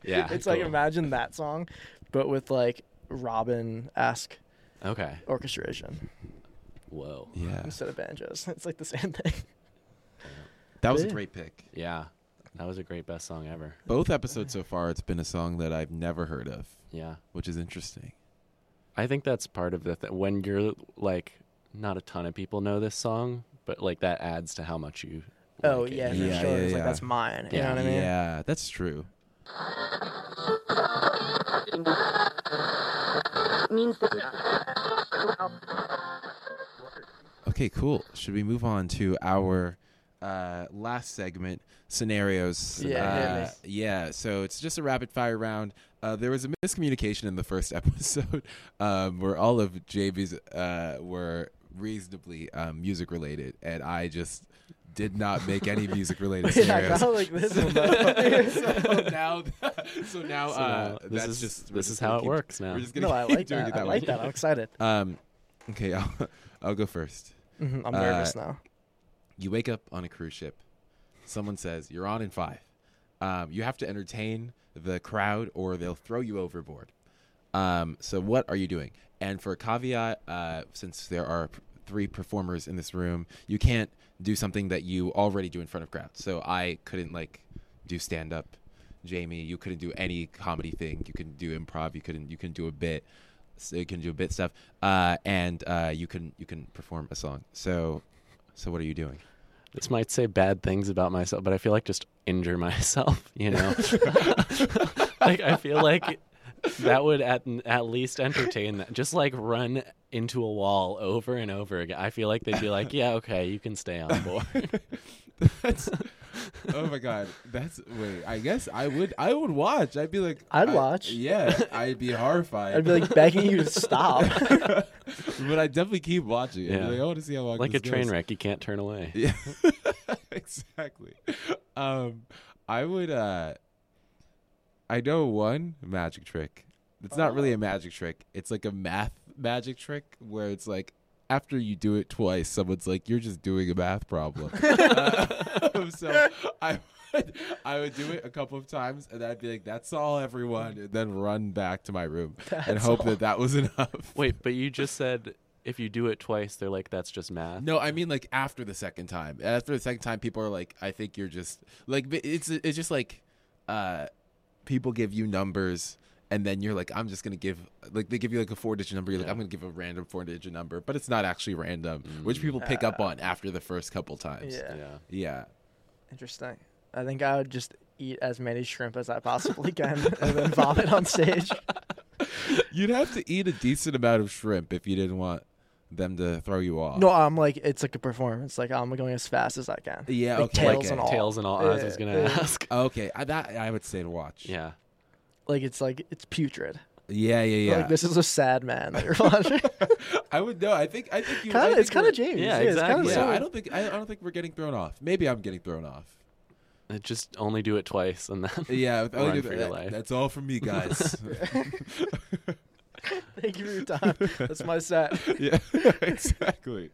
S2: yeah.
S4: it's like
S2: cool.
S4: imagine that song, but with like Robin-esque
S2: Okay.
S4: orchestration
S2: Whoa.
S3: <laughs> yeah,
S4: instead of banjos. <laughs> It's like the same thing.
S3: that was a
S4: Yeah.
S3: great pick.
S2: Yeah. That was a great best song ever.
S3: Both episodes so far, it's been a song that I've never heard of,
S2: Yeah.
S3: which is interesting.
S2: I think that's part of the th- when you're like not a ton of people know this song, but like that adds to how much you.
S4: Oh
S2: like it,
S4: yeah, for
S2: you know?
S3: Yeah,
S4: sure.
S3: yeah,
S4: it's
S3: yeah.
S4: like that's mine. You know what I mean?
S3: Yeah, that's true. Okay, cool. Should we move on to our uh, last segment scenarios?
S4: Yeah, hit
S3: Uh, yeah. So it's just a rapid fire round. Uh, there was a miscommunication in the first <laughs> episode um, where all of JB's uh, were reasonably um, music related, and I just did not make any music
S4: <laughs>
S3: related
S4: Wait, <laughs> I
S3: scenarios.
S4: got like this one.
S3: <laughs>
S4: <laughs>
S3: so now, so now,
S2: So
S3: uh,
S2: now this
S3: that's
S2: is
S3: just we're
S2: this
S3: just
S2: is
S3: gonna
S2: how it
S3: keep-
S2: works now.
S3: We're just gonna
S4: no, I
S3: keep
S4: like
S3: doing
S4: that.
S3: it that
S4: I
S3: way.
S4: like that.
S3: <laughs>
S4: I'm excited.
S3: Um, okay, I'll, <laughs> I'll go first.
S4: Mhm, I'm
S3: Uh,
S4: nervous now.
S3: You wake up on a cruise ship. Someone says you're on in five. Um, you have to entertain the crowd, or they'll throw you overboard. Um, so what are you doing? And for a caveat, uh, since there are p- three performers in this room, you can't do something that you already do in front of crowds. So I couldn't like do stand up. Jamie, you couldn't do any comedy thing. You couldn't do improv. You couldn't. You couldn't do a bit. So you can do a bit stuff. Uh, and uh, you can you can perform a song. So so what are you doing?
S2: This might say bad things about myself, but I feel like just injure <laughs> myself. You know, <laughs> like I feel like that would at at least entertain that. Just like run into a wall over and over again. I feel like they'd be like, "Yeah, okay, you can stay on board."
S3: <laughs> oh my god, that's wait. I guess I would I would watch. I'd be like
S4: I'd
S3: I-
S4: watch.
S3: Yeah, I'd be horrified.
S4: I'd be like begging you to stop.
S3: <laughs>
S4: <laughs>
S3: but I definitely keep watching. I'd be
S2: Yeah.
S3: like, I want to see how long
S2: like a
S3: this
S2: train
S3: goes.
S2: wreck, you can't turn away.
S3: Yeah, <laughs> exactly. Um, I would. uh I know one magic trick. It's not
S4: Oh.
S3: really a magic trick. It's like a math magic trick where it's like after you do
S4: <laughs>
S3: it twice, someone's like, "You're just doing a math problem." Uh, <laughs> so I, would I would do it a couple of times, and I'd be like, "That's all, everyone," and then run back to my room and
S4: That's
S3: hope
S4: all.
S3: that that was enough.
S2: Wait, but you just said if you do it twice, they're like, that's just math.
S3: No, I mean like after the second time. After the second time, people are like, "I think you're just like b- it's it's just like uh, people give you numbers." And then you're like, I'm just gonna give, like, they give you like a four digit number. You're like,
S2: Yeah.
S3: I'm gonna give a random four digit number, but it's not actually random, which people pick
S4: <laughs>
S3: up on after the first couple times.
S4: Yeah.
S2: Yeah.
S3: Yeah.
S4: Interesting. I think I would just eat as many shrimp as I possibly can <laughs> and then vomit
S3: <laughs>
S4: on stage.
S3: You'd have to eat a decent amount of shrimp if you didn't want them to throw you off.
S4: No, I'm like it's like a performance. Like I'm going as fast as I can.
S3: Yeah,
S4: Like
S3: okay,
S4: tails
S3: okay.
S4: and all.
S2: Tails and all. I was
S4: Yeah,
S2: gonna
S4: yeah. <laughs>
S2: ask.
S3: Okay, I, that I would say to watch.
S2: Yeah.
S4: Like it's like it's putrid.
S3: yeah, yeah. yeah.
S4: Like this is a sad
S3: <laughs>
S4: man that you're watching.
S3: I would know. I think. I think
S4: <laughs>
S3: you. I
S4: kind of,
S3: think
S4: it's kind of
S3: we're-
S4: James.
S2: Yeah,
S4: it's kinda
S2: exactly.
S3: Yeah,
S4: similar.
S3: I don't think. I, I don't think we're getting thrown off. Maybe I'm getting thrown <laughs> off.
S2: Just only do it twice and then.
S3: Yeah, with- oh,
S2: Run
S3: you-
S2: for your
S3: that-
S2: life.
S3: that's all from me, <laughs> guys.
S4: <laughs> Thank you for your time. That's
S3: <laughs>
S4: my set.
S3: yeah, exactly.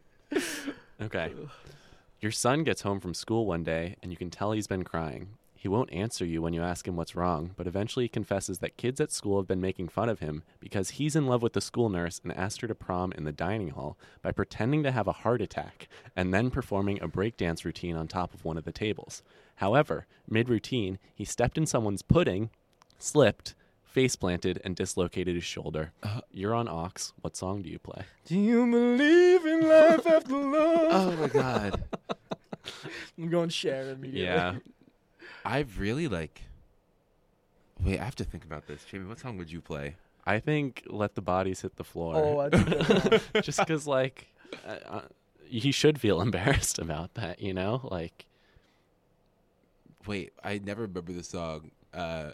S2: Okay. Your son gets home from school one day and you can tell he's been crying. He won't answer you when you ask him what's wrong, but eventually he confesses that kids at school have been making fun of him because he's in love with the school nurse and asked her to prom in the dining hall by pretending to have a heart attack and then performing a breakdance routine on top of one of the tables. However, mid routine, he stepped in someone's pudding, slipped, face planted, and dislocated his shoulder. You're on Ox. What song do you play?
S4: Do you believe in life
S3: <laughs>
S4: after love?
S3: Oh my god,
S4: I'm going share immediately.
S2: Yeah.
S3: I really like. Wait, I have to think about this, Jamie. What song would you play?
S2: I think let the bodies hit the floor.
S4: Oh, that's a
S2: <laughs>
S4: good one.
S2: just because like uh, uh, he should feel <laughs> embarrassed about that you know like
S3: Wait, I never remember the song. Uh,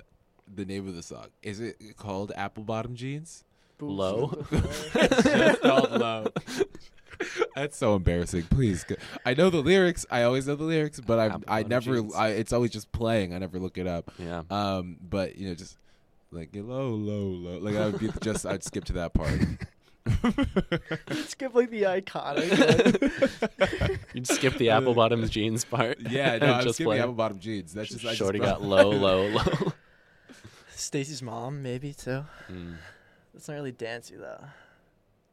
S3: the name of the song is it called Apple Bottom <laughs> Jeans?
S4: Boobs
S2: Low.
S4: to the <laughs> floor.
S3: <laughs> That's so embarrassing. Please, go- I know the lyrics. I always know the lyrics, but I
S2: Apple
S3: I
S2: Bottom
S3: never.
S2: Jeans.
S3: I, it's always just playing. I never look it up.
S2: yeah
S3: Um, but you know, just like get low, low, low. Like I would be just. I'd skip to that
S2: <laughs>
S3: part.
S4: Let's skip like
S3: <laughs>
S4: the iconic. Like,
S2: you'd skip the <laughs> apple bottoms jeans <laughs> part
S3: Yeah,
S2: and
S3: no, I'm
S2: just
S3: skipping
S2: play
S3: Apple Bottom Jeans. That's just I
S2: shorty
S3: just,
S2: got <laughs> low low low
S4: Stacy's mom, maybe too.
S2: Mm.
S4: It's not really dancey though.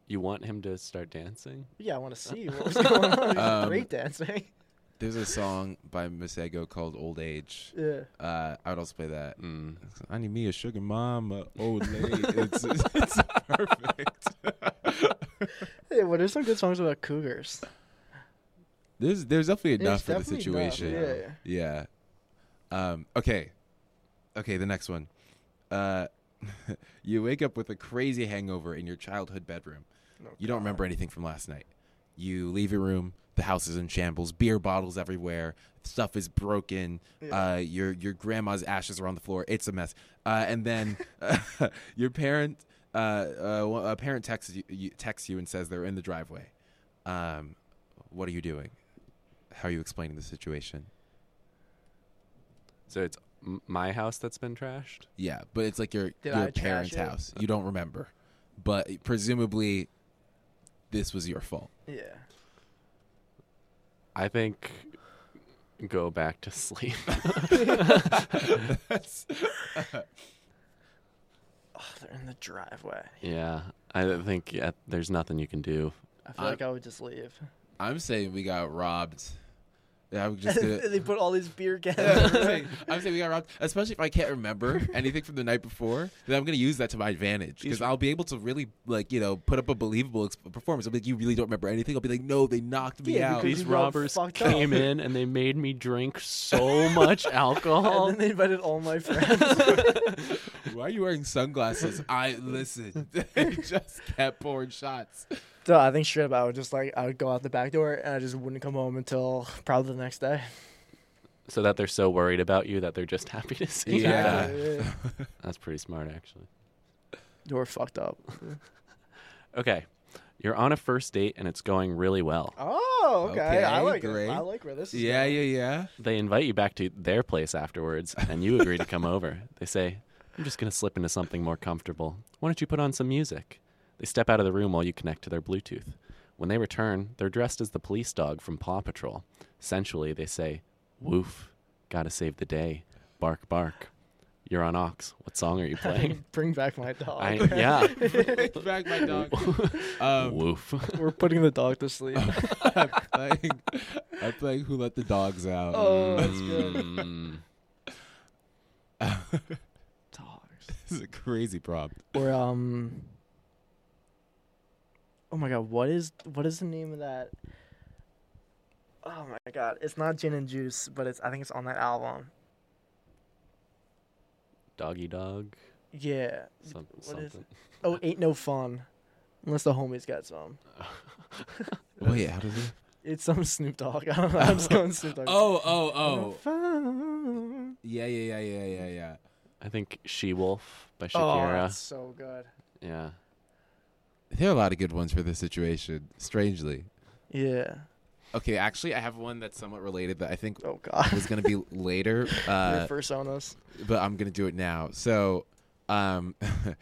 S2: you want him to start dancing
S4: Yeah, I want to see <laughs> what was going on.
S3: Um,
S4: Great dancing.
S3: There's a song by Masego called "Old Age."
S4: Yeah.
S3: Uh, I would also play that.
S2: mm.
S3: I need me a sugar mama, old lady. It's, it's <laughs> perfect.
S4: Hey, what are some good songs about cougars?
S3: There's there's definitely
S4: There's
S3: enough for the
S4: definitely enough,
S3: situation.
S4: yeah.
S3: yeah. Um, okay. Okay, the next one. Uh, <laughs> you wake up with a crazy hangover in your childhood bedroom.
S4: Oh,
S3: you don't remember anything from last night. You leave your room. The house is in shambles. Beer bottles everywhere. Stuff is broken. Uh, your your grandma's ashes are on the floor. It's a mess. Uh, and
S4: <laughs>
S3: then <laughs> your parent uh, uh, a parent texts you, you texts you and says they're in the driveway. Um, what are you doing? How are you explaining the situation?
S2: so it's m- my house that's been trashed
S3: Yeah, but it's like your your
S4: Did I trash
S3: parents'
S4: it?
S3: house. You don't remember, but presumably, this was your fault.
S4: Yeah. <sighs>
S2: i think go back to <laughs> sleep
S4: Oh, they're in the driveway.
S2: yeah i think yeah, there's nothing you can do
S4: I feel
S3: I-
S4: like I would just leave.
S3: I'm saying we got robbed. Yeah, I'm
S4: <laughs>
S3: just. Gonna,
S4: they put all these beer cans.
S3: I'm,
S4: everywhere.
S3: saying, I'm saying we got robbed, especially if I can't remember anything from the night before. Then I'm gonna use that to my advantage because I'll be able to really, like, you know, put up a believable ex- performance. I'll be like, you really don't remember anything. I'll be like, no, they knocked me
S4: Yeah,
S3: out.
S4: because-
S2: These
S4: you all
S2: robbers
S4: fucked up.
S2: came in and they made me drink so
S4: <laughs>
S2: much alcohol.
S4: And then they invited <laughs> all <laughs> my friends.
S3: <laughs> Why are you wearing sunglasses? I listen. <laughs> They just kept pouring shots.
S4: So I think straight up, I would just like I would go out the back door and I just wouldn't come home until probably the next day.
S2: so that they're so worried about you that they're just <laughs> happy to see you.
S3: Yeah.
S4: <laughs>
S2: That's pretty smart, actually.
S4: You're fucked up.
S2: Okay. You're on a first date and it's going really well.
S4: Oh, okay. I
S3: Okay,
S4: like
S3: great.
S4: it. I like where this is.
S3: Yeah,
S4: going.
S3: yeah, yeah.
S2: They invite you back to their place afterwards and you agree to come over. They say, I'm just going to slip into something more comfortable. Why don't you put on some music? They step out of the room while you connect to their Bluetooth. When they return, they're dressed as the police dog from Paw Patrol. Sensually, they say, Woof, Gotta Save the Day, Bark Bark. You're on Ox. What song are you
S4: <laughs>
S2: playing?
S4: Bring back my dog.
S2: I, yeah.
S3: Bring back my dog. Um,
S2: Woof.
S4: <laughs> We're putting the dog to <laughs> sleep.
S3: I'm, playing, I'm playing Who Let the Dogs Out.
S4: Oh, that's good.
S2: Mm.
S4: Dogs.
S3: This is a crazy prompt.
S4: Or um. Oh my god, what is what is the name of that? Oh my god, it's not Gin and Juice, but it's I think it's on that album.
S2: Doggy dog.
S4: Yeah.
S2: Some,
S4: What is
S2: something.
S4: Oh, ain't no fun, unless the homies got some.
S3: Oh, Wait, how does it?
S4: It's some <laughs> Snoop Dogg. I don't know. I'm just going Snoop Dogg.
S3: Oh, oh, oh.
S4: Fun.
S3: Yeah, yeah, yeah, yeah, yeah, yeah.
S2: I think She Wolf by
S4: Oh,
S2: Shakira.
S4: that's so good.
S2: yeah.
S3: There are a lot of good ones for this situation, strangely.
S4: Yeah.
S3: Okay, actually, I have one that's somewhat related that I think
S4: Oh god.
S3: was <laughs> going to be later,
S4: <laughs> Your
S3: uh,
S4: first on us.
S3: but I'm going to do it now. So, um, <laughs>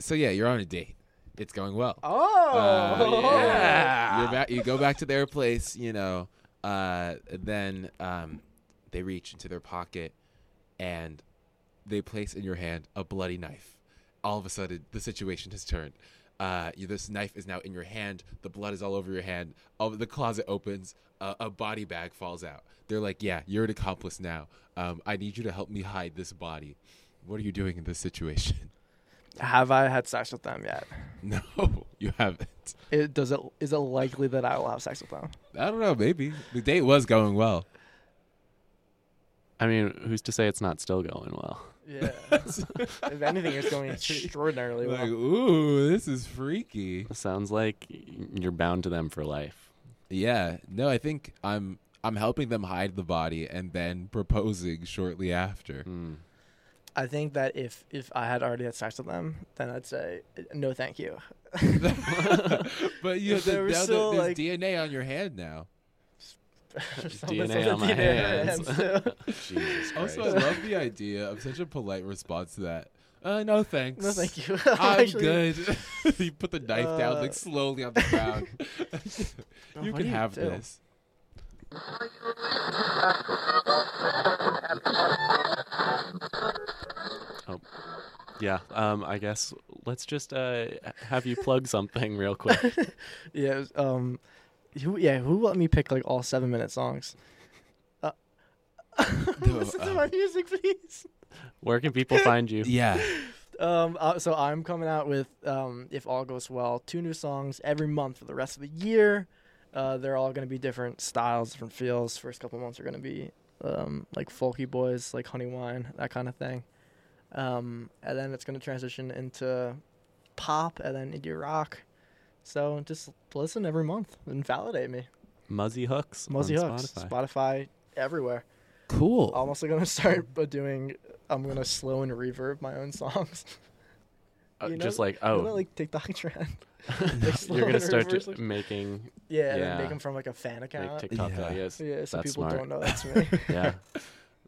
S3: so yeah, you're on a date. It's going well.
S4: Oh.
S3: <laughs> Uh,
S2: yeah.
S3: You're back, you go back to their place, you know. Uh, then um, they reach into their pocket and they place in your hand a bloody knife. All of a sudden, the situation has turned. Uh, you, this knife is now in your hand. The blood is all over your hand. All, the closet opens. Uh, a body bag falls out. They're like, "Yeah, you're an accomplice now. Um, I need you to help me hide this body." What are you doing in this situation? <laughs>
S4: Have I had sex with them yet?
S3: no, you haven't.
S4: It, does it is it likely that I will have sex with them?
S3: I don't know. Maybe the date was going well.
S2: I mean, who's to say it's not still going well?
S4: <laughs> Yeah. if anything, it's going extraordinarily
S3: Like,
S4: well.
S3: ooh, this is freaky.
S2: Sounds like you're bound to them for life.
S3: Yeah. No, I think I'm I'm helping them hide the body and then proposing shortly
S4: <laughs>
S3: after. <laughs>
S2: Mm.
S4: I think that if if I had already had sex with them, then I'd say no, thank you.
S3: but you have
S4: If they
S3: the,
S4: were
S3: now that
S4: still,
S3: there's
S4: like-
S3: DNA on your hand now.
S2: DNA
S4: Something- something
S2: on my
S4: DNA
S2: hands.
S4: hands, too.
S2: Jesus Christ.
S3: Also, I love the idea of such a polite response to that. Uh, no thanks. <laughs>
S4: no, thank you.
S3: I'm
S4: <laughs> Actually,
S3: good. <laughs> you put the knife down
S4: Uh,
S3: like slowly on the
S4: <laughs>
S3: ground. <laughs>
S4: Oh,
S3: you
S4: what
S3: can
S4: do
S3: have
S4: do? <laughs>
S3: this.
S2: yeah. Um, I guess let's just uh, have you plug something real quick.
S4: <laughs> Yeah. it was, Um. Who? Yeah. Who let me pick like all seven minute songs? Uh,
S3: No,
S4: <laughs> listen to
S3: um,
S4: my music, please.
S2: Where can people find you?
S3: Yeah.
S4: Um, uh, so I'm coming out with, um, if all goes well, two new songs every month for the rest of the year. Uh, they're all going to be different styles, different feels. First couple months are going to be um, like folky boys, like honey wine, that kind of thing. Um, and then it's going to transition into pop and then into rock. So just listen every month and validate me.
S2: Muzzy Hooks.
S4: Muzzy
S2: on
S4: Hooks,
S2: Spotify. Oh.
S4: Spotify, everywhere.
S3: Cool.
S4: I'm also going to <laughs> start uh, doing, I'm going to slow and reverb my own <laughs> songs.
S2: Uh,
S4: you know-
S2: just like
S4: Oh.
S2: oh,
S4: Isn't that like TikTok <laughs> trend?
S2: <laughs> you're
S4: <laughs>
S2: gonna start to making
S4: Yeah, and then
S2: Yeah.
S4: make them from like a fan
S2: like
S4: account.
S2: TikTok
S3: Yeah.
S2: videos.
S4: <laughs> yeah, so
S2: That's
S4: people
S2: smart.
S4: don't know
S2: <laughs>
S4: that's me.
S2: yeah.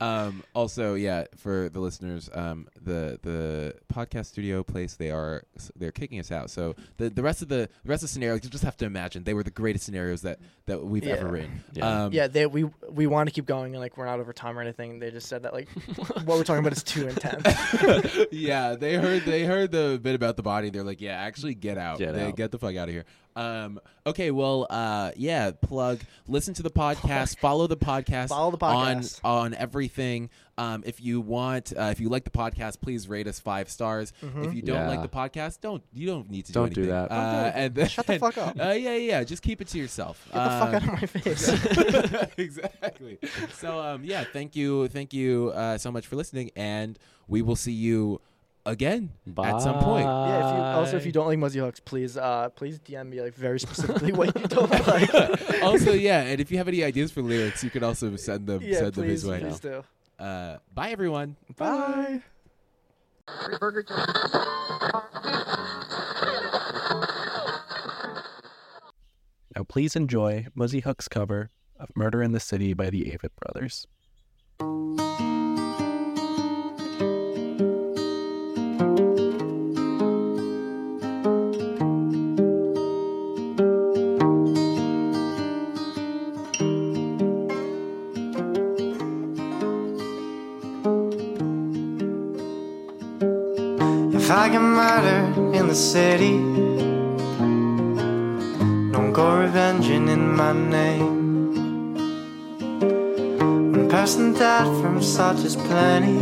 S3: Um, also, yeah, for the listeners, um, the the podcast studio place they are they're kicking us out. So the, the rest of the, the rest of the scenarios you just have to imagine they were the greatest scenarios that that we've
S4: Yeah.
S3: ever written.
S2: Yeah.
S3: Um,
S4: yeah, they we we want to keep going and like we're not over time or anything. They just said
S2: <laughs>
S4: that like <laughs> what we're talking about is too intense. <laughs>
S3: yeah, they heard they heard the bit about the body. They're like, yeah, actually, get out.
S2: Get
S3: They-
S2: out.
S3: the fuck out of here. Um, okay, well, uh, yeah, plug. Listen to the podcast. Follow the podcast.
S4: Follow the podcast.
S3: on on everything. Um, if you want, uh, if you like the podcast, please rate us five stars.
S4: Mm-hmm.
S3: If you don't
S2: Yeah.
S3: like the podcast, don't you don't need to
S2: Don't
S3: do
S2: do
S3: anything.
S2: that. Don't
S3: Uh, and then,
S4: Shut the fuck up.
S3: <laughs> Uh, yeah, yeah, yeah, just keep it to yourself. Um,
S4: Get
S2: Uh,
S4: the fuck out of
S2: <laughs>
S4: my face. <laughs>
S3: <laughs> exactly. So um, yeah, thank you, thank you uh, so much for listening, and we will see you again at some point.
S4: yeah, if you also
S2: Uh,
S4: if you don't like Muzzy Hooks, please uh please DM me like
S2: <laughs>
S4: very specifically what you don't like.
S3: <laughs>
S4: <laughs>
S3: also, yeah, and if you have any ideas for lyrics, you can also send them.
S4: Yeah,
S3: send them his
S4: please,
S3: way.
S4: please do.
S3: Uh, bye, everyone.
S4: Bye.
S6: Now please enjoy Muzzy Hook's cover of Murder in the City by the Avett Brothers.
S5: If I can murder in the city, don't go revenging in my name. One person died from such as plenty.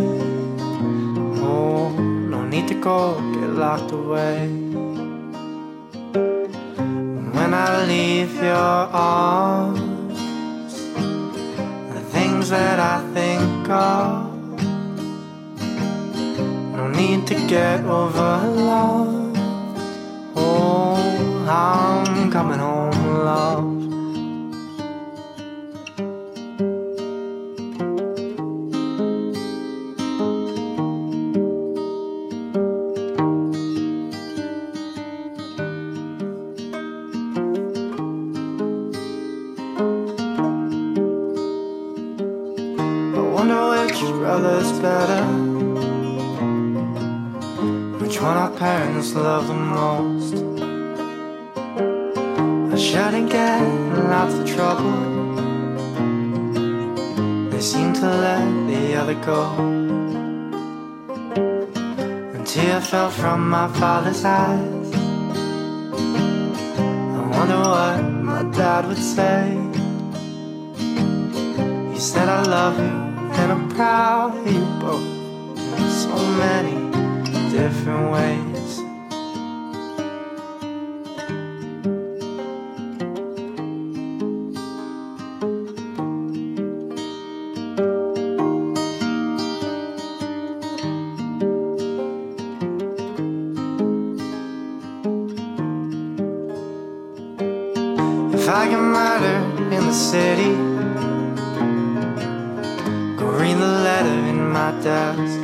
S5: Oh, no need to go get locked away. When I leave your arms, the things that I think of. No need to get overloved. Oh, I'm coming home, love. I wonder which brother's better. Which one our parents love the most. I shouldn't get in lots of trouble. They seem to let the other go. A tear fell from my father's eyes. I wonder what my dad would say. You said I love you and I'm proud of you both in so many different ways. If I get murdered in the city, Go read the letter in my desk.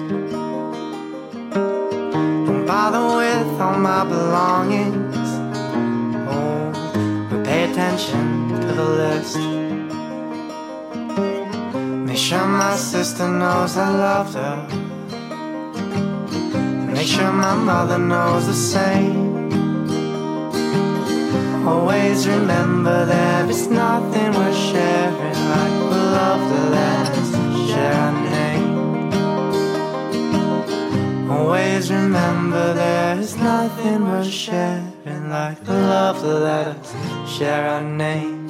S5: Don't bother with all my belongings. Oh, but pay attention to the list. Make sure my sister knows I loved her. And Make sure my mother knows the same. Always remember there is nothing worth sharing like the love that lets share our name. Always remember there is nothing worth sharing like the love that lets share our name.